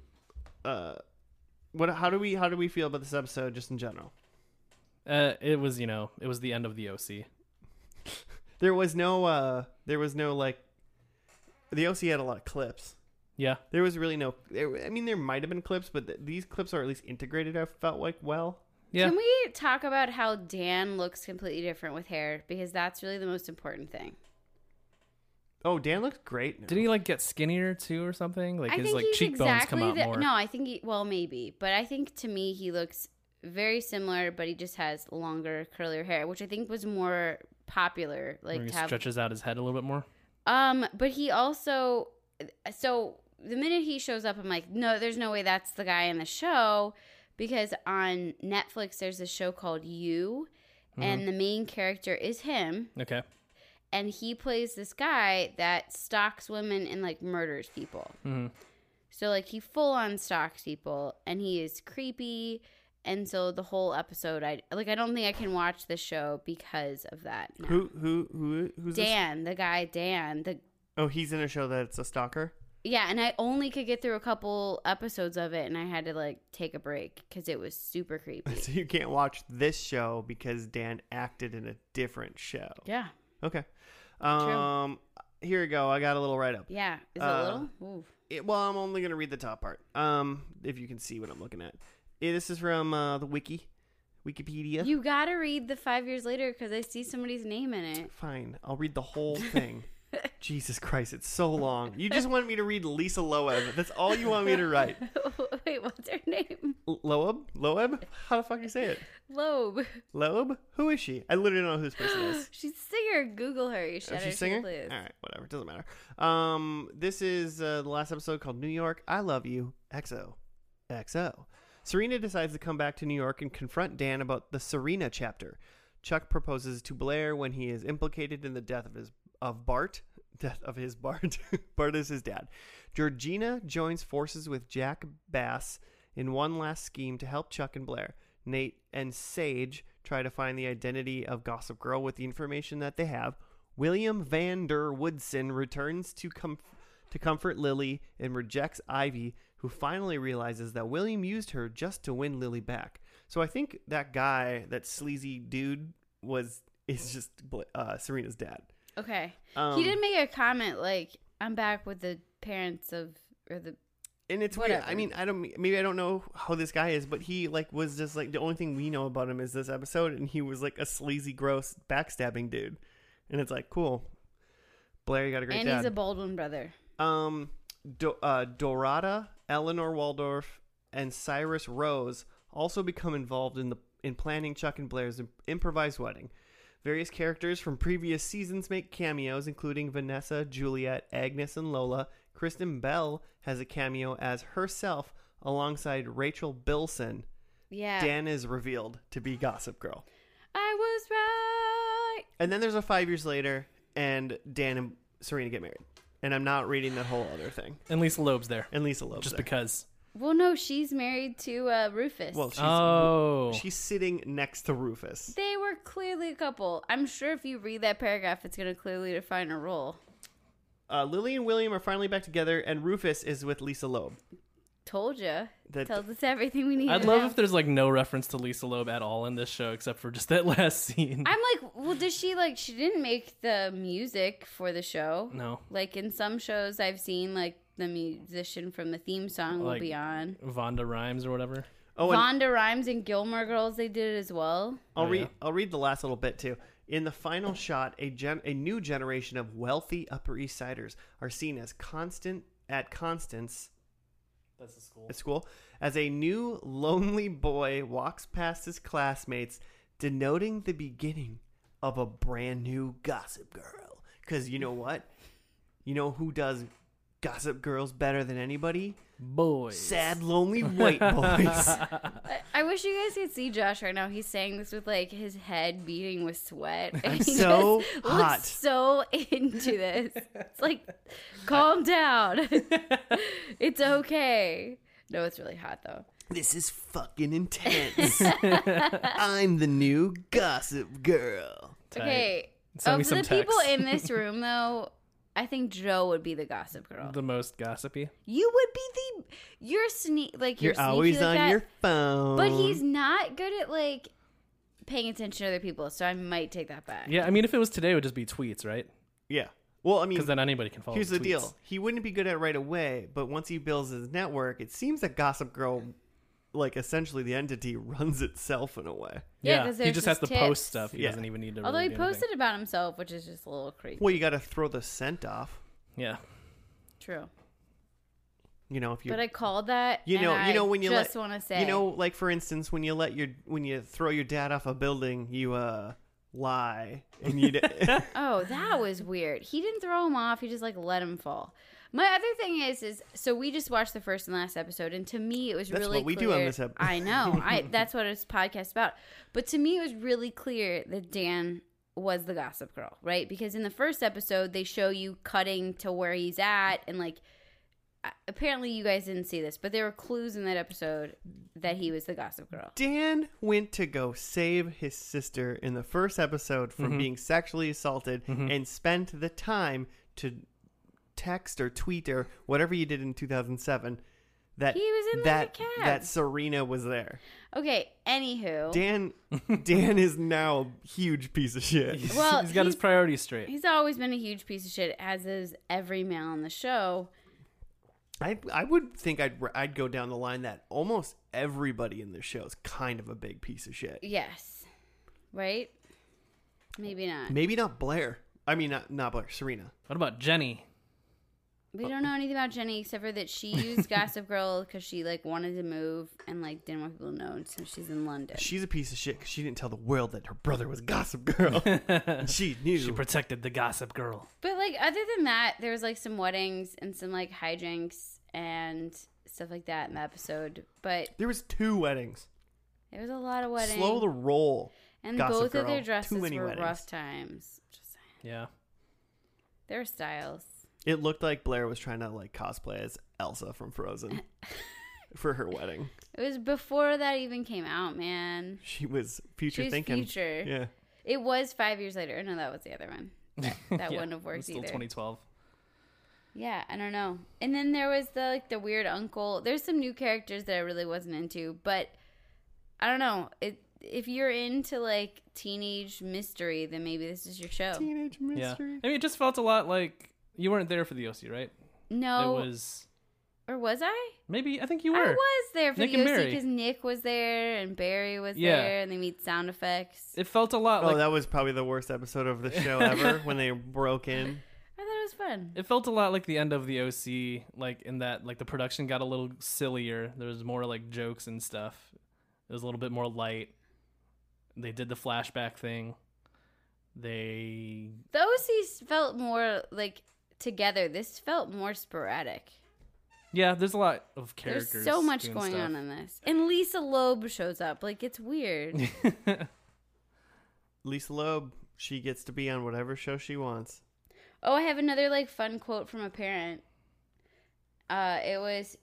Uh, what? How do we? How do we feel about this episode, just in general?
Uh, it was, you know, it was the end of the OC.
There was no. Uh, there was no like. The OC had a lot of clips.
Yeah.
There was really no. There, I mean, there might have been clips, but th- these clips are at least integrated. I felt like well.
Yeah.
Can we talk about how Dan looks completely different with hair? Because that's really the most important thing.
Oh, Dan looks great. Now.
Did he like get skinnier too or something? Like
I
his
think
like
he's
cheekbones
exactly
come out
the,
more.
No, I think he, well, maybe, but I think to me he looks very similar, but he just has longer, curlier hair, which I think was more popular.
Where
Like
he
to have,
stretches out his head a little bit more.
um, but he also, so the minute he shows up, I'm like, no, there's no way that's the guy in the show, because on Netflix there's a show called You,
Mm-hmm.
and the main character is him,
Okay.
and he plays this guy that stalks women and like murders people.
hmm
So like he full on stalks people and he is creepy. And so the whole episode, I like. I don't think I can watch the show because of that. now.
Who who who who's This?
Dan, the guy Dan, the
Oh, he's in a show that's a stalker.
yeah. And I only could get through a couple episodes of it, and I had to like take a break because it was super creepy.
So you can't watch this show because Dan acted in a different show.
yeah,
Okay. Um, here we go. I got a little write up.
yeah. Is
Uh,
it little? Ooh.
It, well, I'm only going to read the top part. Um, if you can see what I'm looking at. Eh, This is from uh, the wiki, Wikipedia.
You gotta read the five years later because I see somebody's name in it.
Fine, I'll read the whole thing. Jesus Christ, it's so long. You just wanted me to read Lisa Loeb. That's all you want me to write.
Wait, what's her name?
L- Loeb? Loeb? How the fuck do you say it?
Loeb.
Loeb? Who is she? I literally don't know who this person is.
She's a singer. Google her. You should.
Is she a singer? All right, whatever. Doesn't matter. Um, this is uh, the last episode called New York. I love you. XO. XO. Serena decides to come back to New York and confront Dan about the Serena chapter. Chuck proposes to Blair when he is implicated in the death of his of Bart. Death of his Bart. Bart is his dad. Georgina joins forces with Jack Bass in one last scheme to help Chuck and Blair. Nate and Sage try to find the identity of Gossip Girl with the information that they have. William Van Der Woodson returns to com- to comfort Lily and rejects Ivy, who finally realizes that William used her just to win Lily back. So I think that guy, that sleazy dude, was is just Bla- uh, Serena's dad.
Okay.
Um,
he did make a comment like, "I'm back with the parents of or the."
and it's weird. I
whatever.
mean, I don't maybe I don't know how this guy is, but he like was just like the only thing we know about him is this episode, and he was like a sleazy, gross, backstabbing dude. And it's like cool. Blair, you got a great
and
dad.
he's a Baldwin brother.
Um, Do- uh, Dorada, Eleanor Waldorf, and Cyrus Rose also become involved in the in planning Chuck and Blair's im- improvised wedding. Various characters from previous seasons make cameos, including Vanessa, Juliet, Agnes, and Lola. Kristen Bell has a cameo as herself, alongside Rachel Bilson,
Yeah.
Dan is revealed to be Gossip Girl.
I was right.
And then there's a five years later, and Dan and Serena get married. And I'm not reading the whole other thing.
And Lisa Loeb's there.
And Lisa Loeb's
just
there.
because.
Well, no, she's married to uh, Rufus.
Well, she's,
oh.
she's sitting next to Rufus.
they were clearly a couple. I'm sure if you read that paragraph, it's going to clearly define a role.
Uh, Lily and William are finally back together, and Rufus is with Lisa Loeb.
Told you.
That-
Tells us everything we need.
I'd
to
love
know.
if there's like no reference to Lisa Loeb at all in this show except for just that last scene.
I'm like, well, does she like? She didn't make the music for the show.
no.
Like in some shows I've seen, like the musician from the theme song will
Like-
be on.
Vonda Rhymes or whatever.
Oh, and
Vonda Rhymes and Gilmore Girls, they did it as well.
I'll
Oh,
read.
yeah.
I'll read the last little bit too. In the final shot, a gen- a new generation of wealthy Upper East Siders are seen as constant at Constance
That's the school.
at school as a new lonely boy walks past his classmates, denoting the beginning of a brand new Gossip Girl. Because you know what? You know who does Gossip Girls better than anybody?
Boys.
Sad, lonely white boys.
I, I wish you guys could see Josh right now. He's saying this with like his head beating with sweat.
I'm
He just
so
looks
hot.
so into this. It's like, calm down. it's okay. No, it's really hot though.
This is fucking intense. I'm the new gossip girl.
Tight.
Okay.
Send me
of
some
the people
texts.
in this room, though, I think Joe would be the gossip girl.
The most gossipy.
you would be the. You're sneak like you're,
You're, always
sneaky like
on
that,
your phone.
But he's not good at like paying attention to other people, so I might take that back.
Yeah, I mean, if it was today, it would just be tweets, right?
Yeah. Well, I mean,
Because then anybody can follow.
here's the
tweets.
deal. He wouldn't be good at it right away, but once he builds his network, it seems that Gossip Girl, like essentially the entity, runs itself in a way.
Yeah,
Yeah,
'cause
he
there's
just has to
just tips.
post stuff. He
Yeah.
doesn't even need to.
Although
really
he
do anything.
posted about himself, which is just a little creepy.
Well, you got to throw the scent off.
Yeah,
True,
You know, if you
but I called that.
you know
and
you know
I
when you
just
let,
want to say
you know like for instance when you let your when you throw your dad off a building, you uh lie and you.
Oh,
Um,
that was weird. He didn't throw him off. He just like let him fall. My other thing is, is so we just watched the first and last episode, and to me, it was
That's
really
what we do
clear.
on this ep-
I know. I that's what this podcast is about. But to me, it was really clear that Dan was the gossip girl, right? Because in the first episode, they show you cutting to where he's at, and like a- apparently you guys didn't see this, but there were clues in that episode that he was the gossip girl.
Dan went to go save his sister in the first episode from being sexually assaulted and spent the time to text or tweet or whatever you did in 2007 that
He was in, like,
that
a cab. Oh.
that Serena was there.
Okay. Anywho,
Dan Dan is now a huge piece of shit.
Well,
he's got his
he's-
priorities straight.
He's always been a huge piece of shit, as is every male on the show.
I I would think I'd I'd go down the line that almost everybody in this show is kind of a big piece of shit.
Yes. Right? Maybe not.
Maybe not Blair. I mean not, not Blair, Serena.
What about Jenny?
We don't know anything about Jenny except for that she used Gossip Girl because she like wanted to move and like didn't want people to know, and so she's in London.
She's a piece of shit because she didn't tell the world that her brother was Gossip Girl. And she knew.
Oh. She protected the Gossip Girl.
But like other than that, there was like some weddings and some like hijinks and stuff like that in the episode. But
there was two weddings.
it was a lot of weddings.
Slow the roll.
and
Gossip
both of
Girl.
their
Too
dresses were
many weddings.
rough times. Just saying.
Yeah,
Their styles.
It looked like Blair was trying to like cosplay as Elsa from Frozen for her wedding.
It was before that even came out, man.
She was future
She's
thinking.
future.
Yeah.
It was five years later. Oh, No, that was the other one. That, that
Yeah,
wouldn't have
it
worked
was still
either.
2012.
Yeah, I don't know. And then there was the like the weird uncle. There's some new characters that I really wasn't into, but I don't know. It if you're into like teenage mystery, then maybe this is your show.
Teenage
Yeah,
mystery.
I mean, it just felt a lot like you weren't there for the OC, right?
No,
It was
or was I?
maybe I think you
Oh. I
were.
was there for
Nick
the
and
OC
Barry.
because Nick was there and Barry was
Yeah.
there, and they made sound effects.
It felt a lot
Oh,
like
that was probably the worst episode of the show ever when they broke in.
I thought it was fun.
It felt a lot like the end of the OC, like in that like the production got a little sillier. There was more like jokes and stuff. It was a little bit more light. They did the flashback thing. They
The OC felt more like together. This felt more sporadic.
Yeah, there's a lot of characters.
There's so much
doing
going
stuff.
on in this. And Lisa Loeb shows up. Like it's weird.
Lisa Loeb, she gets to be on whatever show she wants.
oh, I have another like fun quote from a parent. Uh it was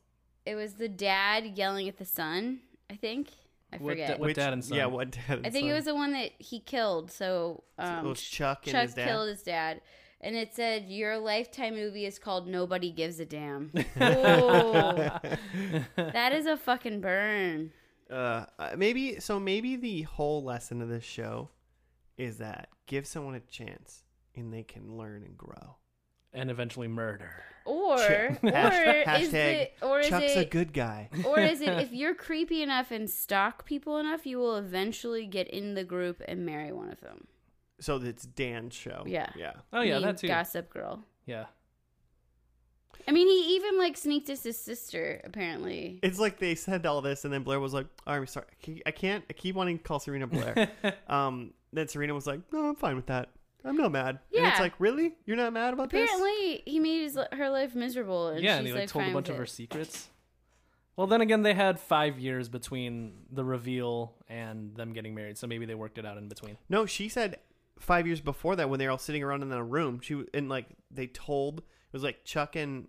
it was the dad yelling at the son, I think. I
What
forget.
da- what- With dad and son.
Yeah, what dad and
I think
son.
it was the one that he killed. So um
it was Chuck, and
Chuck
his dad.
killed his dad. And it said, Your lifetime movie is called Nobody Gives a Damn. Ooh, that is a fucking burn.
uh, uh, maybe so. Maybe the whole lesson of this show is that give someone a chance and they can learn and grow.
and eventually murder.
Or,
Chuck-
or
hash-
is
hashtag
it, or is
Chuck's a
it,
good guy.
or is it, if you're creepy enough and stalk people enough, you will eventually get in the group and marry one of them.
So it's Dan's show.
Yeah.
yeah.
Oh yeah,
Mean
that too.
Gossip Girl.
Yeah.
I mean, he even like sneaked us his sister. Apparently,
It's like they said all this, and then Blair was like, "All right, I'm sorry, I ke- I can't. I keep wanting to call Serena Blair." um, then Serena was like, "No, I'm fine with that. I'm not mad." And
Yeah.
it's like, really? You're not mad about this?
apparently he made his, her life miserable. And
yeah,
she's,
and he like,
like
told a
fine
bunch
with
of her
it.
secrets. Well, then again, they had five years between the reveal and them getting married, so maybe they worked it out in between.
No, she said five years before that when they were all sitting around in the room, she w- and like they told it was like Chuck and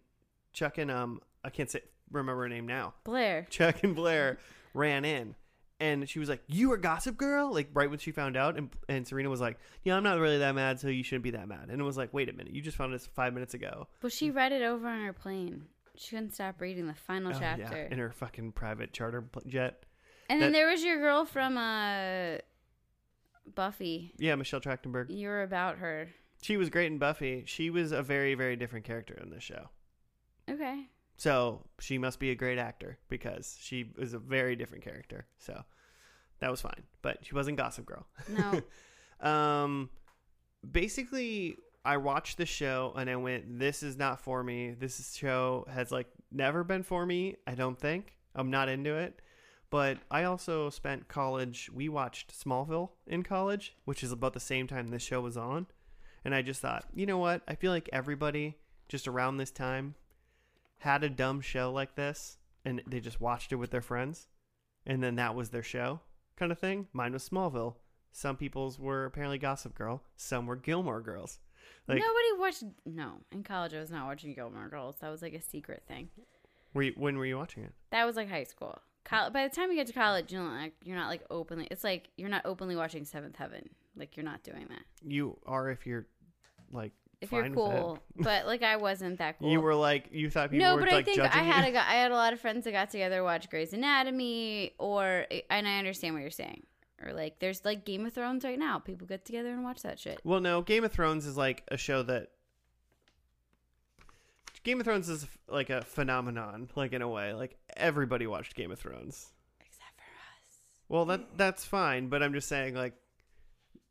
Chuck and um I can't say remember her name now.
Blair.
Chuck and Blair ran in. And she was like, "You were Gossip Girl," like right when she found out, and and Serena was like, "Yeah, I'm not really that mad, so you shouldn't be that mad." And it was like, "Wait a minute, you just found this five minutes ago."
Well, she read it over on her plane. She couldn't stop reading the final
Oh,
chapter.
in
and
her fucking private charter pl- jet.
then
that-
there was your girl from uh, Buffy.
Yeah, Michelle Trachtenberg.
You were about her.
She was great in Buffy. She was a very, very different character in this show.
Okay.
So she must be a great actor because she is a very different character. So that was fine, but she wasn't Gossip Girl.
No.
Um, basically, I watched the show and I went, "This is not for me. This is- show has like never been for me. I don't think I'm not into it." But I also spent college. We watched Smallville in college, which is about the same time this show was on, and I just thought, you know what? I feel like everybody just around this time had a dumb show like this, and they just watched it with their friends, and then that was their show, kind of thing. Mine was Smallville. Some people's were apparently Gossip Girl. Some were Gilmore Girls. Like,
Nobody watched. No. In college, I was not watching Gilmore Girls. That was like a secret thing.
were you, when were you watching it?
That was like high school. Col- By the time you get to college, you're not, like, you're not like openly. It's like you're not openly watching Seventh Heaven. Like you're not doing that.
You are if you're like
If
fine
you're
with
cool, but like I wasn't that
it.
cool.
You were like you thought people
no,
were
but
like
I think
judging
I had
you.
a, gu- I had a lot of friends that got together to watch Grey's Anatomy, or eh, and I understand what you're saying, or like there's like Game of Thrones right now. People get together and watch that shit.
Well, no, Game of Thrones is like a show that Game of Thrones is like a phenomenon, like in a way, like everybody watched Game of Thrones.
Except for
Well, that that's fine, but I'm just saying, like,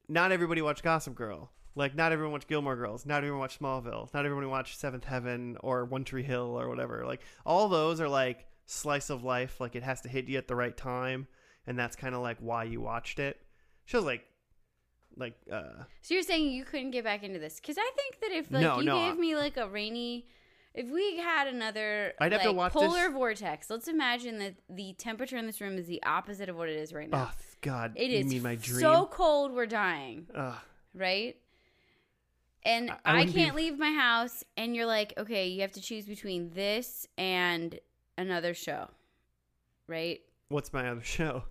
not everybody watched Gossip Girl. Like, not everyone watched Gilmore Girls. Not everyone watched Smallville. Not everyone watched Seventh Heaven or One Tree Hill or whatever. Like, all those are like slice of life. Like, it has to hit you at the right time, and that's kind of like why you watched it. Shows like, like, uh,
us. So you're saying you couldn't get back into this because I think that if like
No,
you
no,
gave
I-
me like a rainy. If we had another
I'd have to
like,
watch this-
polar vortex, let's imagine that the temperature in this room is the opposite of what it is right
oh
now.
God,
it
you
is
mean my dream?
so cold, we're dying.
Ugh.
right? And
I- I
I,
wouldn't be-
can't leave my house, and you're like, okay, you have to choose between this and another show, right?
what's my other show?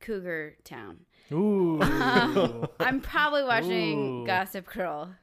Cougar Town.
Ooh.
Um, I'm probably watching
Ooh.
Gossip Girl.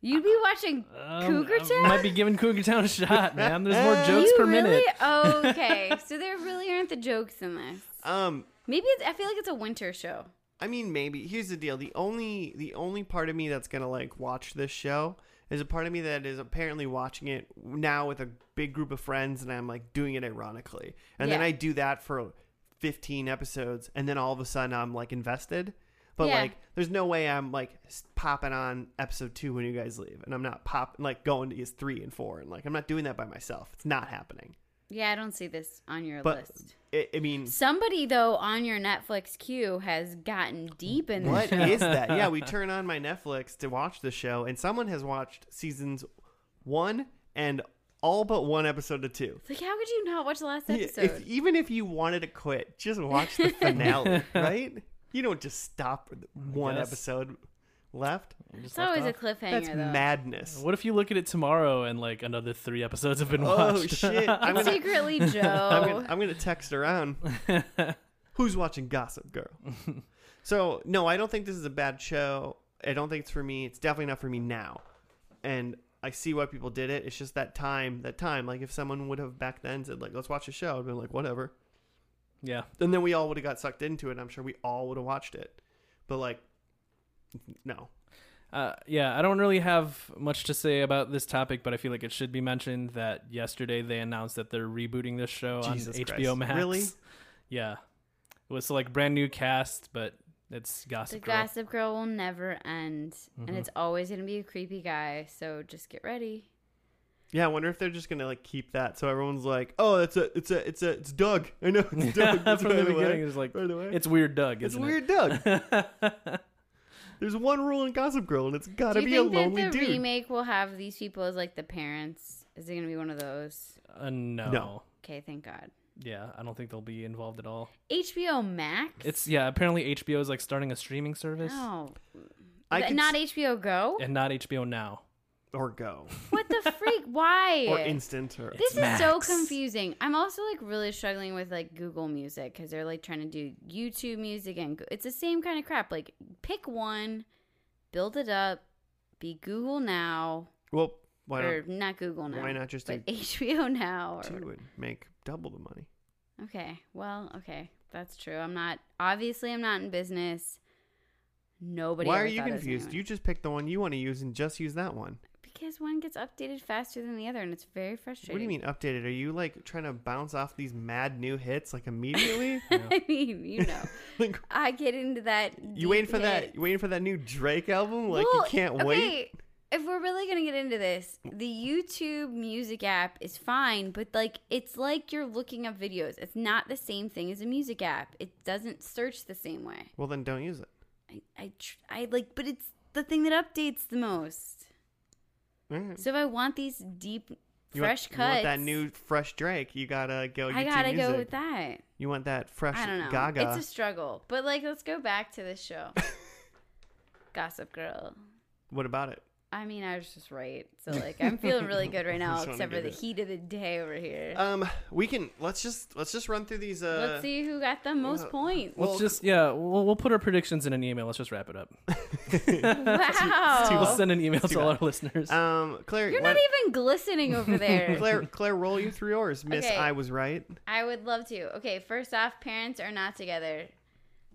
You'd be watching
Um,
Cougar
I
Town?
might be giving Cougar Town a shot, man. There's more jokes
You
per
really?
minute.
okay, so there really aren't the jokes in this.
Um,
Maybe it's, I feel like it's a winter show.
I mean, maybe. Here's the deal: the only the only part of me that's gonna like watch this show is a part of me that is apparently watching it now with a big group of friends, and I'm like doing it ironically, and then
Yeah.
I do that for 15 episodes, and then all of a sudden I'm like invested. But
Yeah.
like, there's no way I'm like s- popping on episode two when you guys leave, and I'm not pop like going to is three and four, and like I'm not doing that by myself. It's not happening.
Yeah, I don't see this on your
But
list.
I I mean,
Somebody though on your Netflix queue has gotten deep in
What
this.
is that? Yeah, we turn on my Netflix to watch the show, and someone has watched seasons one and all but one episode of two.
Like, how could you not watch the last
Yeah,
episode?
If, even if you wanted to quit, just watch the finale, right? You don't just stop with one
guess.
episode left.
You just
it's always a
left
cliffhanger,
That's
though.
off.
madness.
What if you look at it tomorrow and like another three episodes have been
Oh
watched?
shit! I'm gonna,
Secretly, Joe.
I'm
Oh.
gonna I'm gonna text around. Who's watching Gossip Girl? so no, I don't think this is a bad show. I don't think it's for me. It's definitely not for me now. And I see why people did it. It's just that time, that time. Like if someone would have back then said like, "Let's watch a show," I'd been like, "Whatever."
yeah,
And then we all would have got sucked into it. and I'm sure we all would have watched it. But like, no.
uh, yeah. I don't really have much to say about this topic, but I feel like it should be mentioned that yesterday they announced that they're rebooting this show
Jesus
on HBO
Christ.
Max.
Really?
Yeah, it was like brand new cast, but it's
the
Gossip Girl.
Gossip Girl will never end,
Mm-hmm.
and it's always gonna be a creepy guy. So just get ready.
Yeah, I wonder if they're just gonna like keep that so everyone's like, "Oh, it's a, it's a, it's a, it's Doug." I know it's Doug.
Yeah,
It's
from
right
the
away.
beginning, it was like
Right away.
it's weird, Doug.
It's
Isn't
weird, Doug.
It?
There's one rule in Gossip Girl, and it's gotta
Do
be a
you think that
lonely
the
dude.
remake will have these people as like the parents? Is it gonna be one of those?
uh, no.
No.
Okay, thank God.
Yeah, I don't think they'll be involved at all.
HBO Max.
It's yeah. Apparently HBO is like starting a streaming service
no,
I
Th-
could
not
s-
HBO Go.
and not HBO now.
or go
What the freak? Why?
or instant or
this is
It's
so
Max.
confusing. I'm also like really struggling with like Google Music because they're like trying to do YouTube Music and Go- it's the same kind of crap. Like pick one, build it up, be Google now
well, why
or
not
not Google now.
why not just do
But HBO now. Or,
two and make double the money?
okay, well, okay, that's true. I'm not obviously I'm not in business. Nobody.
why
ever
are you
thought it was
confused?
anyone.
You just pick the one you want to use and just use that one.
because one gets updated faster than the other, and it's very frustrating.
What do you mean updated? Are you like trying to bounce off these mad new hits like immediately?
I mean, you know,
like
I get into that.
you waiting
deep
for that?
hit.
You waiting for that new Drake album? Like you
Well,
can't
okay,
wait.
If we're really gonna get into this, the YouTube Music app is fine, but like it's like you're looking up videos. It's not the same thing as a music app. It doesn't search the same way.
Well, then don't use it.
I, I, tr- I like, but it's the thing that updates the most.
All right.
So if I want these deep,
You want-
fresh
you
cuts,
want that new fresh Drake? You gotta go. YouTube
I gotta
music.
go with that.
You want that fresh
I don't know.
Gaga?
It's a struggle, but like, let's go back to this show. Gossip Girl.
What about it?
I mean, I was just right. So like, I'm feeling really good right now,
Just wanna
except for
give
the
it-
heat of the day over here.
Um, we can let's just let's just run through these. Uh,
let's see who got the most
well-
points.
well-
Let's just yeah. We'll, we'll put our predictions in an email. Let's just wrap it up. We'll
wow,
send an email to all
bad.
our listeners.
Um, Claire,
you're
why-
not even glistening over there.
Claire, Claire, roll you through yours, Miss.
Okay.
I was right.
I would love to. Okay, first off, parents are not together.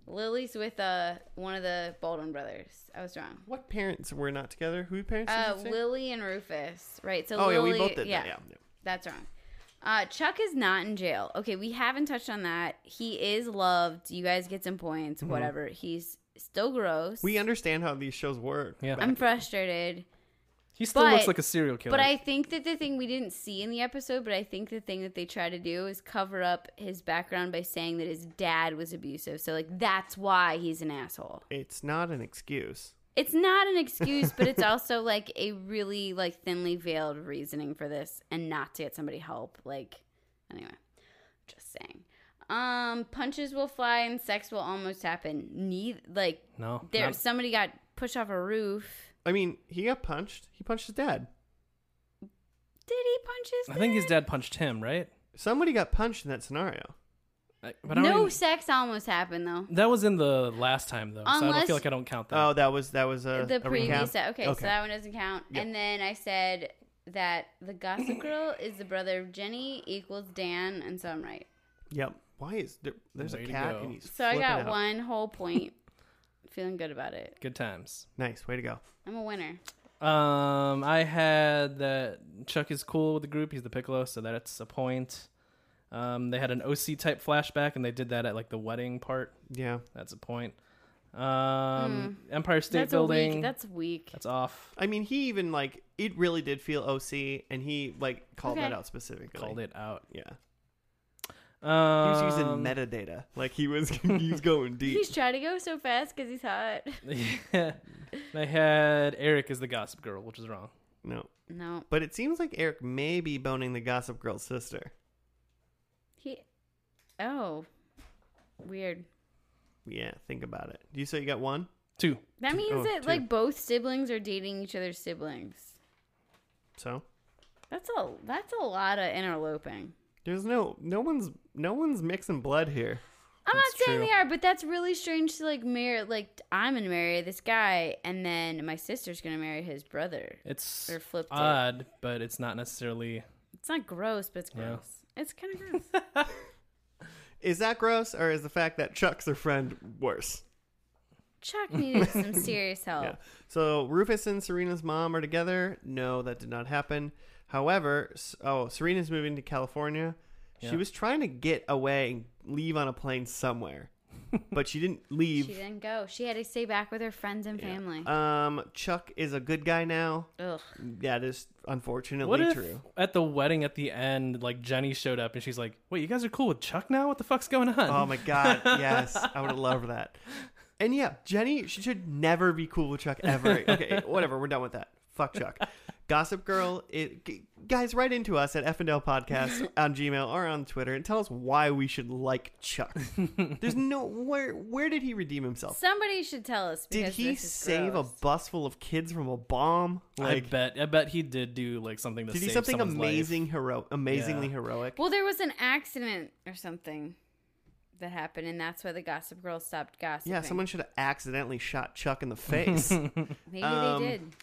Lily's with uh one of the Baldwin brothers. I was wrong.
What parents were not together? Who parents? did
Uh,
you say?
Lily and Rufus, right? So
oh
Lily,
yeah, we both did.
yeah.
That. yeah, yeah.
That's wrong. Uh, Chuck is not in jail. Okay, we haven't touched on that. He is loved. You guys get some points, whatever. He's still gross.
We understand how these shows work.
Yeah.
back
I'm frustrated.
he still
but-
looks like a serial killer.
But I think that the thing we didn't see in the episode, but I think the thing that they try to do is cover up his background by saying that his dad was abusive. So, like, that's why he's an asshole.
It's not an excuse.
It's not an excuse, but it's also like a really like thinly veiled reasoning for this and not to get somebody help. Like anyway, just saying. Um punches will fly and sex will almost happen. Neither like
no.
there
not-
somebody got pushed off a roof.
I mean, he got punched. He punched his dad.
Did he punch his
I think his
dad?
dad punched him, right?
Somebody got punched in that scenario.
I- But I don't
No
even-
sex almost happened though.
that was in the last time though, so I don't
Unless-
feel like I don't count that.
Oh, that was that was
Uh,
a
the
a recap?
previous se- okay, so that one doesn't count.
Yep.
And then I said that the gossip girl is the brother of Jenny equals Dan, and so I'm right.
Yep. Why is there? There's
Way
a
to
cat
go.
and he's
So I
flipping
got
out.
one whole point. Feeling good about it.
Good times.
Nice way to go.
I'm a winner.
Um, I had that Chuck is cool with the group. He's the piccolo, so that's a point. Um, they had an OC type flashback, and they did that at like the wedding part.
Yeah,
That's a point. Um, Empire State
Hmm. that's
Building.
A weak, that's weak.
that's off.
I mean, he even like it really did feel OC, and he like called
Okay.
that out specifically.
Called it out.
Yeah, he
Um,
was using metadata. Like he was he was going deep.
He's trying to go so fast because he's hot.
I had Eric as the gossip girl, which is wrong.
No.
No,
But it seems like Eric may be boning the Gossip Girl's sister.
he. Oh, weird.
Yeah, think about it. You say you got one?
Two.
That means
oh,
that
two.
like both siblings are dating each other's siblings.
So
That's a that's a lot of interloping.
there's no no one's no one's mixing blood here.
I'm
That's
not saying
true.
they are, but that's really strange to like marry. Like I'm gonna marry this guy, and then my sister's gonna marry his brother.
It's
Or flipped it.
odd, but it's not necessarily.
It's not gross, but it's
Yeah.
gross. It's kind of gross.
Is that gross, or is the fact that Chuck's her friend worse?
Chuck needed some serious
Oh.
help.
Yeah. So Rufus and Serena's mom are together. No, that did not happen. However, S- oh, Serena's moving to California.
Yeah.
She was trying to get away and leave on a plane somewhere, but she didn't leave.
She didn't go. She had to stay back with her friends and family.
Um, Chuck is a good guy now.
Ugh.
That is unfortunately
What if
true.
at the wedding at the end, like Jenny showed up and she's like, "Wait, you guys are cool with Chuck now? What the fuck's going on?"
Oh my god, yes, I would have loved that. And yeah, Jenny she should never be cool with Chuck ever. Okay, whatever, we're done with that. Fuck Chuck. Gossip Girl, it, g- guys, write into us at FNL Podcast on Gmail or on Twitter and tell us why we should like Chuck. There's no where. Where did he redeem himself?
Somebody should tell us.
Did
because
he
this is
save
gross.
a bus full of kids from a bomb? Like,
I bet. I bet he did do like something to
did
save
he something
someone's life.
amazing, hero, amazingly
Yeah.
heroic?
Well, there was an accident or something that happened, and that's why the Gossip Girl stopped gossiping.
Yeah, someone should have accidentally shot Chuck in the face.
Maybe
um,
they did.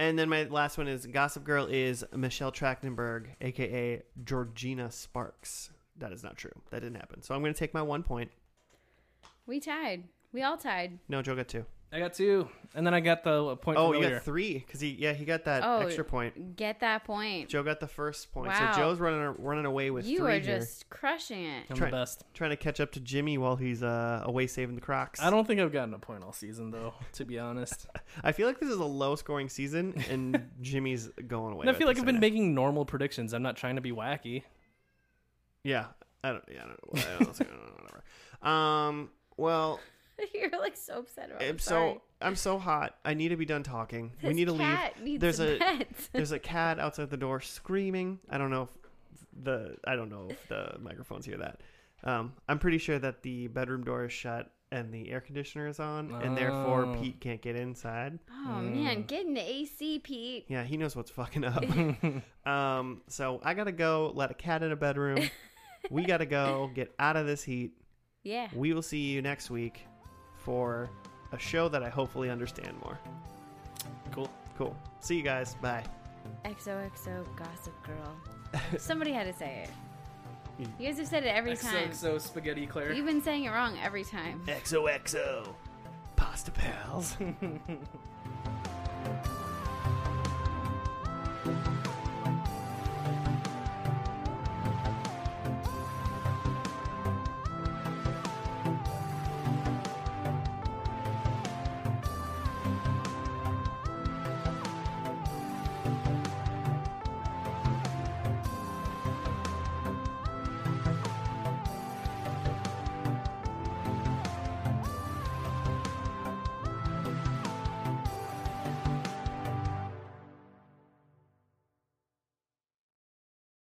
And then my last one is Gossip Girl is Michelle Trachtenberg, aka Georgina Sparks. That is not true. That didn't happen. So I'm going to take my one point.
We tied. We all tied.
No, Joe got two.
I got two, and then I got the point.
Oh,
from
you
earlier.
got three because he yeah he got that
Oh,
extra point.
Get that point.
Joe got the first point.
Wow.
So Joe's running running away with
You
three
are
here.
just crushing it.
I'm
Try-
the best.
Trying to catch up to Jimmy while he's uh, away saving the Crocs.
I don't think I've gotten a point all season though, to be honest.
I feel like this is a low scoring season, and Jimmy's going away.
And I
with
feel like
this
I've been
right
making normal predictions. I'm not trying to be wacky.
now. Yeah, I don't. Yeah, I don't, I don't, I don't whatever. Um. Well,
You're like so upset about. it.
I'm so I'm so hot. I need to be done talking. we need to
cat
leave.
Needs
there's
a,
a there's a cat outside the door screaming. I don't know if the I don't know if the microphones hear that. Um, I'm pretty sure that the bedroom door is shut and the air conditioner is on, and therefore
Oh.
Pete can't get inside.
oh
Mm.
man, get in the AC, Pete.
Yeah, he knows what's fucking up. um, so I gotta go. Let a cat in a bedroom. we gotta go. Get out of this heat.
Yeah.
We will see you next week for a show that I hopefully understand more.
Cool.
Cool. See you guys. Bye.
XOXO Gossip Girl. Somebody had to say it. You guys have said it every time.
XOXO spaghetti Claire.
You've been saying it wrong every time.
XOXO. Pasta pals.